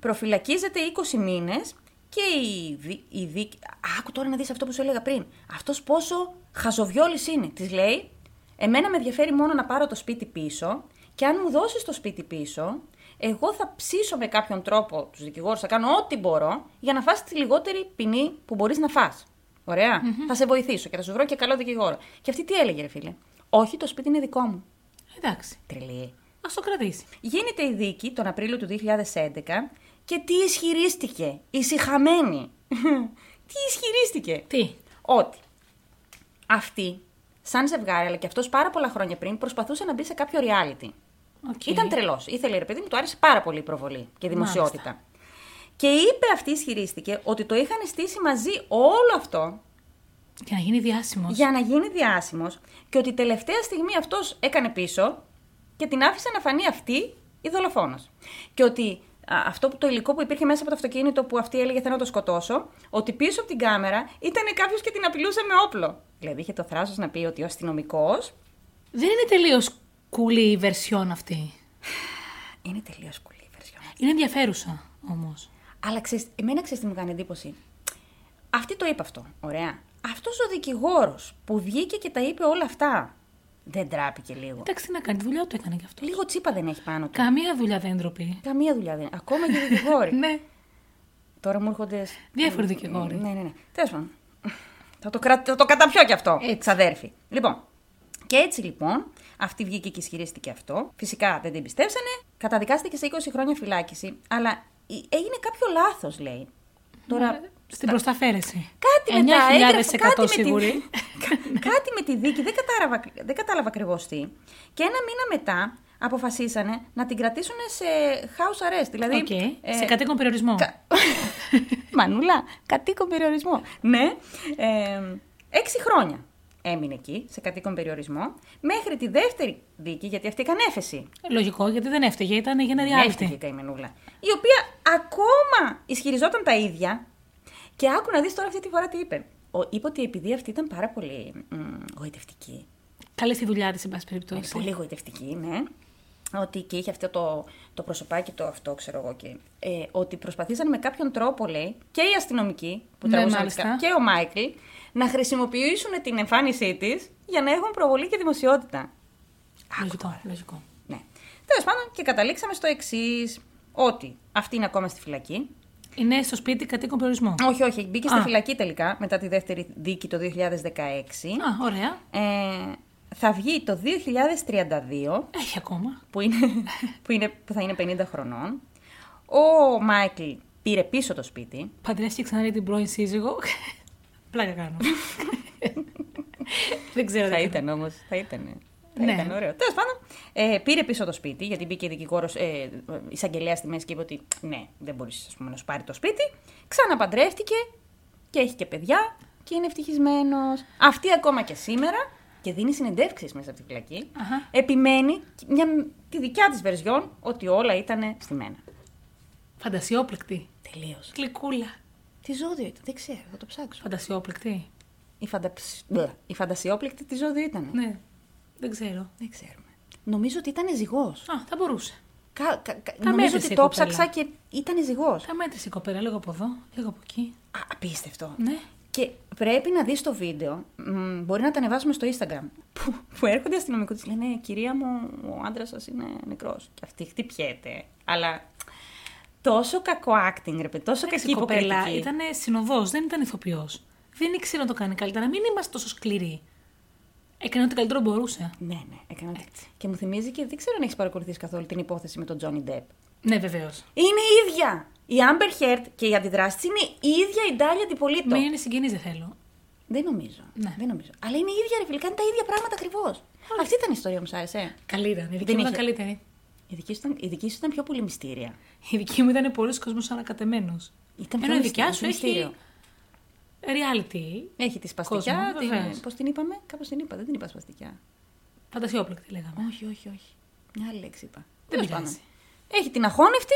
Προφυλακίζεται 20 μήνες και η, δι- η δίκη. Άκου τώρα να δεις αυτό που σου έλεγα πριν. Αυτός πόσο χαζοβιόλης είναι. Της λέει, Εμένα με ενδιαφέρει μόνο να πάρω το σπίτι πίσω και αν μου δώσεις το σπίτι πίσω, εγώ θα ψήσω με κάποιον τρόπο τους δικηγόρους, θα κάνω ό,τι μπορώ για να φας τη λιγότερη ποινή που μπορείς να φας. ωραια Θα σε βοηθήσω και θα σου βρω και καλό δικηγόρο. Και αυτή τι έλεγε, ρε φίλε. Όχι, το σπίτι είναι δικό μου.
Εντάξει.
Τρελή.
Ας το κρατήσει.
Γίνεται η δίκη τον Απρίλιο του 2011 και τι ισχυρίστηκε, ησυχαμένη. [LAUGHS] τι ισχυρίστηκε,
Τι.
ότι αυτοί, σαν ζευγάρι, αλλά και αυτός πάρα πολλά χρόνια πριν, προσπαθούσε να μπει σε κάποιο reality.
Οκ.
Ήταν τρελός. Ήθελε, ρε παιδί μου, του άρεσε πάρα πολύ η προβολή και η δημοσιότητα. Και είπε αυτή, ισχυρίστηκε, ότι το είχαν στήσει μαζί όλο αυτό
Και να γίνει διάσημος.
για να γίνει διάσημος και ότι τελευταία στιγμή αυτός έκανε πίσω και την άφησε να φανεί αυτή η δολοφόνος. Και ότι α, αυτό που- το υλικό που υπήρχε μέσα από το αυτοκίνητο που αυτή έλεγε θέλω να το σκοτώσω, ότι πίσω από την κάμερα ήταν κάποιος και την απειλούσε με όπλο. Δηλαδή είχε το θράσος να πει ότι ο αστυνομικός
Δεν είναι τελείως κουλή η βερσιόν αυτή.
είναι τελείως κουλή η version.
Είναι ενδιαφέρουσα όμως.
Αλλά ξέρεις, εμένα ξέρεις τι μου κάνει εντύπωση. Αυτή το είπε αυτό, ωραία. Αυτός ο δικηγόρος που βγήκε και τα είπε όλα αυτά, δεν τράπηκε λίγο.
Εντάξει, τι να κάνει, τη δουλειά του έκανε κι αυτό.
Λίγο τσίπα δεν έχει πάνω του.
Καμία δουλειά δεν ντροπή.
Καμία δουλειά δεν. Ακόμα και
[LAUGHS]
δικηγόροι.
Ναι.
Τώρα μου έρχονται. σ-
Διάφοροι δικηγόροι.
Ναι, ναι, ναι. Τέλος πάντων. Θα το, κρα... θα το καταπιώ κι αυτό.
Έτσι.
Ξαδέρφη. Λοιπόν. Και έτσι λοιπόν, αυτή βγήκε και ισχυρίστηκε αυτό. Φυσικά δεν την πιστέψανε. Καταδικάστηκε σε 20 χρόνια φυλάκιση. Αλλά η- έγινε κάποιο λάθος, λέει.
Ναι.
Τώρα
Στην προσταφαίρεση.
Κάτι μετά έγραφε
9.100%
κάτι με
σίγουρη.
τη, [LAUGHS] κα- κάτι με τη δίκη, δεν κατάλαβα, δεν κατάλαβα ακριβώς τι. Και ένα μήνα μετά αποφασίσανε να την κρατήσουν σε house arrest. Δηλαδή,
Οκ.
ε,
Σε κατοίκον περιορισμό.
κα- [LAUGHS] Μανούλα, κατοίκον περιορισμό. Ναι. Ε, έξι χρόνια έμεινε εκεί, σε κατοίκον περιορισμό, μέχρι τη δεύτερη δίκη, γιατί αυτή έκανε έφεση.
[LAUGHS] Λογικό, γιατί δεν έφταιγε, ήταν για ένα
Έφυγε η
διάλειμμα.
καημενούλα. Η οποία ακόμα ισχυριζόταν τα ίδια. Και άκου να δεις τώρα αυτή τη φορά τι είπε. Ο, είπε ότι επειδή αυτή ήταν πάρα πολύ μ, γοητευτική.
Καλή στη δουλειά της, εν πάση
ε,
περιπτώσει.
Πολύ γοητευτική, ναι. Ότι και είχε αυτό το, το προσωπάκι το αυτό, ξέρω εγώ. Και, ε, ότι προσπαθήσαν με κάποιον τρόπο, λέει, και οι αστυνομικοί που
Ναι,
τραγούσαν
μάλιστα.
φυσικά, και ο Μάικλ, να χρησιμοποιήσουν την εμφάνισή της για να έχουν προβολή και δημοσιότητα.
Λογικό, λογικό.
Ναι. Τέλος πάντων, και καταλήξαμε στο εξής. ότι αυτή είναι ακόμα στη φυλακή.
Είναι στο σπίτι κατοίκον περιορισμό.
Όχι, όχι, μπήκε στη
Α.
φυλακή τελικά μετά τη δεύτερη δίκη το 2016.
Α, ωραία.
Ε, θα βγει το 2032,
Έχει ακόμα.
που,
[LAUGHS]
είναι, που, είναι, που θα είναι 50 χρονών. Ο Μάικλ πήρε πίσω το σπίτι.
Παντρεύτηκε ξανά για την πρώην σύζυγο. [LAUGHS] Πλάκα
[LAUGHS]
κάνω. Δεν ξέρω.
Θα
τι-
ήταν όμως. Θα ήταν. Θα
Ναι.
ήταν ωραίο. Τέλος πάντων, ε, πήρε πίσω το σπίτι, γιατί μπήκε δικηγόρος, ε, εισαγγελέας στη μέση και είπε ότι ναι, δεν μπορείς να σου πάρει το σπίτι. Ξαναπαντρεύτηκε και έχει και παιδιά και είναι ευτυχισμένος. Αυτή ακόμα και σήμερα και δίνει συνεντεύξεις μέσα από τη φυλακή.
Αχα.
Επιμένει μια, τη δικιά της βερζιόν ότι όλα ήταν στη μένα.
Φαντασιόπληκτη.
Τελείως.
Κλικούλα.
Τι ζώδιο ήταν, δεν ξέρω, θα το ψάξω.
Φαντασιόπληκτη.
Η, φανταψ... μπλε, Η φαντασιόπληκτη τι ζώδιο ήταν.
Ναι. Δεν ξέρω.
Δεν ξέρουμε. Νομίζω ότι ήταν ζυγός.
Α, θα μπορούσε.
Κα, κα, κα,
Τα
νομίζω
μέτρησε
ότι
η
το
κοπέλα.
ψάξα και ήταν ζυγός.
Θα μέτρησε η κοπέλα λίγο από εδώ, λίγο από εκεί.
Α, απίστευτο.
Ναι.
Και πρέπει να δεις το βίντεο. Μ, μπορεί να τα ανεβάσουμε στο Instagram. Που, που έρχονται αστυνομικοί τη λένε Κυρία μου, ο άντρας σας είναι νεκρός. Και αυτή χτυπιέται. Αλλά τόσο κακό acting, ρε παιδί, τόσο
Εντάξει,
κακή
η κοπέλα
υποκριτική.
ήταν συνοδός, δεν ήταν ηθοποιός. Δεν ήξερε να το κάνει καλύτερα. Μην είμαστε τόσο σκληροί. Έκανε ό,τι καλύτερο μπορούσε.
Ναι, ναι, έκανα έτσι. Και μου θυμίζει και δεν ξέρω αν έχεις παρακολουθήσει καθόλου την υπόθεση με τον Τζόνι Ντεπ.
Ναι, βεβαίως.
Είναι η ίδια! Η Amber Heard και η αντιδράση της είναι η ίδια η Ντάλια Τυπολίτο.
Μην είναι συγγενή, δεν θέλω.
Δεν νομίζω.
Ναι.
Δεν νομίζω. Αλλά είναι η ίδια ρε φίλε, κάνει τα ίδια πράγματα ακριβώς. Αυτή ήταν η ιστορία που μου σ' άρεσε.
Καλή ήταν. Η δική
Δεν
μου ήταν
είχε-
καλύτερη.
Η δική, σου ήταν, η δική σου ήταν πιο πολύ μυστήρια.
Η δική μου ήταν πολλοί κόσμο ανακατεμένο.
Ήταν πιο
Ενώ η δικιά
μυστή-
σου
μυστήριο.
έχει. reality.
Έχει τη σπαστικιά.
κόσμο,
Την...
βεβαίως.
Πώς την είπαμε, κάπως την είπα. Δεν την είπα σπαστικιά.
Φαντασιόπληκτη λέγαμε.
Όχι, όχι, όχι. Μια άλλη λέξη είπα.
Δεν
Τέλος
πειράζει.
πάντων. Έχει την αχώνευτη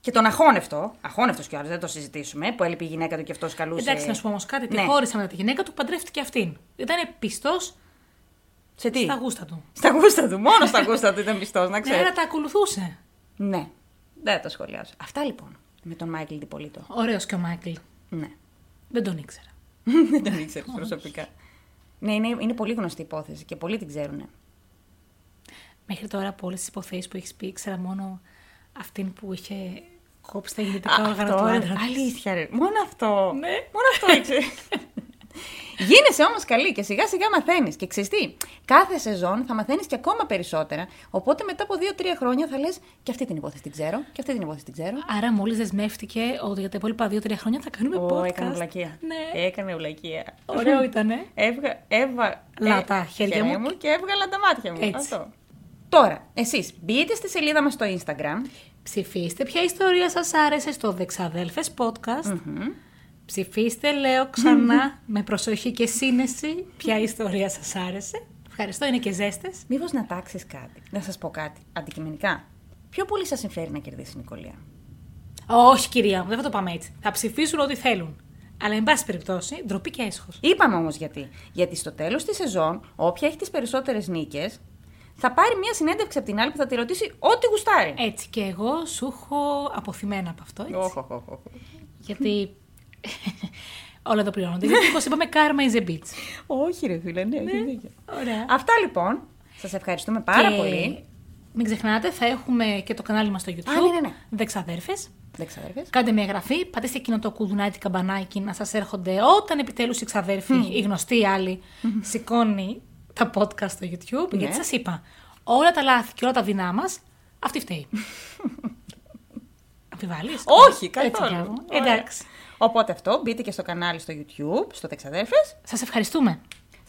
και τον αχώνευτο. Αχώνευτος κι άλλος, δεν το συζητήσουμε. Που έλειπε η γυναίκα του και αυτός καλούσε.
Εντάξει, να σου πω όμως κάτι. Τη
Ναι.
χώρισα μετά τη γυναίκα του, παντρεύτηκε αυτήν. Ήταν πιστός
Σε τι.
στα γούστα του.
Στα γούστα του. Μόνο στα γούστα του ήταν πιστός, να
Ναι,
ξέρεις.
αλλά τα ακολουθούσε.
ναι. Δεν το σχολιάζω. Αυτά λοιπόν με τον Μάικλ Τιπολίτο.
Ωραίος και ο Μάικλ. [LAUGHS]
Ναι.
Δεν τον ήξερα.
Δεν τον ήξερες προσωπικά. Ναι, είναι, είναι πολύ γνωστή υπόθεση και πολλοί την ξέρουν.
Μέχρι τώρα από όλες τις υποθέσεις που έχεις πει, ήξερα μόνο αυτήν που είχε κόψει τα γεννητικά όργανα του άντρα.
Αλήθεια, ρε. Μόνο αυτό.
Ναι.
Μόνο αυτό
[LAUGHS]
ήξερες. Γίνεσαι όμως καλή και σιγά σιγά μαθαίνεις. Και ξέρεις τι, κάθε σεζόν θα μαθαίνεις και ακόμα περισσότερα. Οπότε μετά από 2-3 χρόνια θα λες και αυτή την υπόθεση την ξέρω, και αυτή την υπόθεση την ξέρω.
Άρα μόλις δεσμεύτηκε ότι για τα υπόλοιπα 2-3 χρόνια θα κάνουμε
Ω,
podcast.
έκανε βλακεία.
Ναι.
Έκανε βλακεία.
[LAUGHS] Ωραίο ήτανε.
Έβγα, έβα, ε,
Λα τα χέρια μου.
και έβγαλα τα μάτια μου.
Έτσι.
Αυτό. Τώρα, εσείς μπείτε στη σελίδα μας στο Instagram.
Ψηφίστε ποια ιστορία σας άρεσε στο Δεξαδέλφες podcast. Ψηφίστε, λέω ξανά, με προσοχή και σύνεση, ποια ιστορία σας άρεσε. Ευχαριστώ, είναι και ζέστες.
Μήπως να τάξεις κάτι, να σας πω κάτι αντικειμενικά. Πιο πολύ σας συμφέρει να κερδίσει η Νικολία.
Όχι, κυρία μου, δεν θα το πάμε έτσι. Θα ψηφίσουν ό,τι θέλουν. Αλλά, εν πάση περιπτώσει, ντροπή και έσχος.
Είπαμε όμως γιατί. Γιατί στο τέλος της σεζόν, όποια έχει τις περισσότερες νίκες, θα πάρει μια συνέντευξη από την άλλη που θα τη ρωτήσει ό,τι γουστάρει.
Έτσι και εγώ σου έχω αποθυμένα από αυτό. Έτσι.
Οχ, οχ, οχ, οχ.
Γιατί. [LAUGHS] Όλα εδώ πληρώνονται. Γιατί, όπως είπαμε, karma is a bitch.
Όχι, ρε φίλε, ναι, έχει δίκιο.
Ωραία.
Αυτά λοιπόν. Σας ευχαριστούμε πάρα
Και
πολύ.
Μην ξεχνάτε, θα έχουμε και το κανάλι μας στο YouTube.
Α, ναι, ναι, ναι.
Δεξαδέρφες.
Δεν ξαδέρφες.
Κάντε μια εγγραφή, πατήστε εκείνο το κουδουνάκι καμπανάκι να σας έρχονται όταν επιτέλους η ξαδέρφη, η γνωστή η άλλη, σηκώνει τα podcast στο YouTube.
Ναι.
Γιατί σας είπα, όλα τα λάθη και όλα τα δεινά μας,
[LAUGHS]
αυτή φταίει. Αμφιβάλλεις.
Όχι,
Έτσι,
καθόλου.
μπράβο.
Ωραία.
Εντάξει.
Οπότε αυτό, μπείτε και στο κανάλι στο YouTube, στο Δεξαδέρφες.
Σας ευχαριστούμε.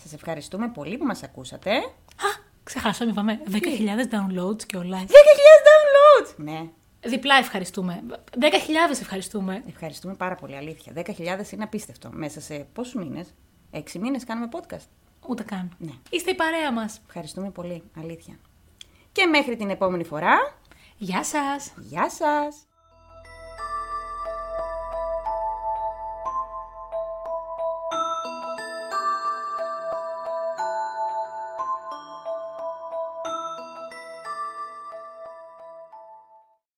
Σας ευχαριστούμε πολύ που μας ακούσατε. 10.000
Α, ξεχάσαμε, είπαμε 10.000 downloads και όλα.
downloads! Ναι,
Διπλά ευχαριστούμε. 10.000 ευχαριστούμε.
Ευχαριστούμε πάρα πολύ, αλήθεια. 10.000 είναι απίστευτο. Μέσα σε πόσους μήνες, 6 μήνες κάνουμε podcast.
Ούτε καν.
Ναι.
Είστε η παρέα μας.
Ευχαριστούμε πολύ, αλήθεια. Και μέχρι την επόμενη φορά,
Γεια σας.
γεια σας!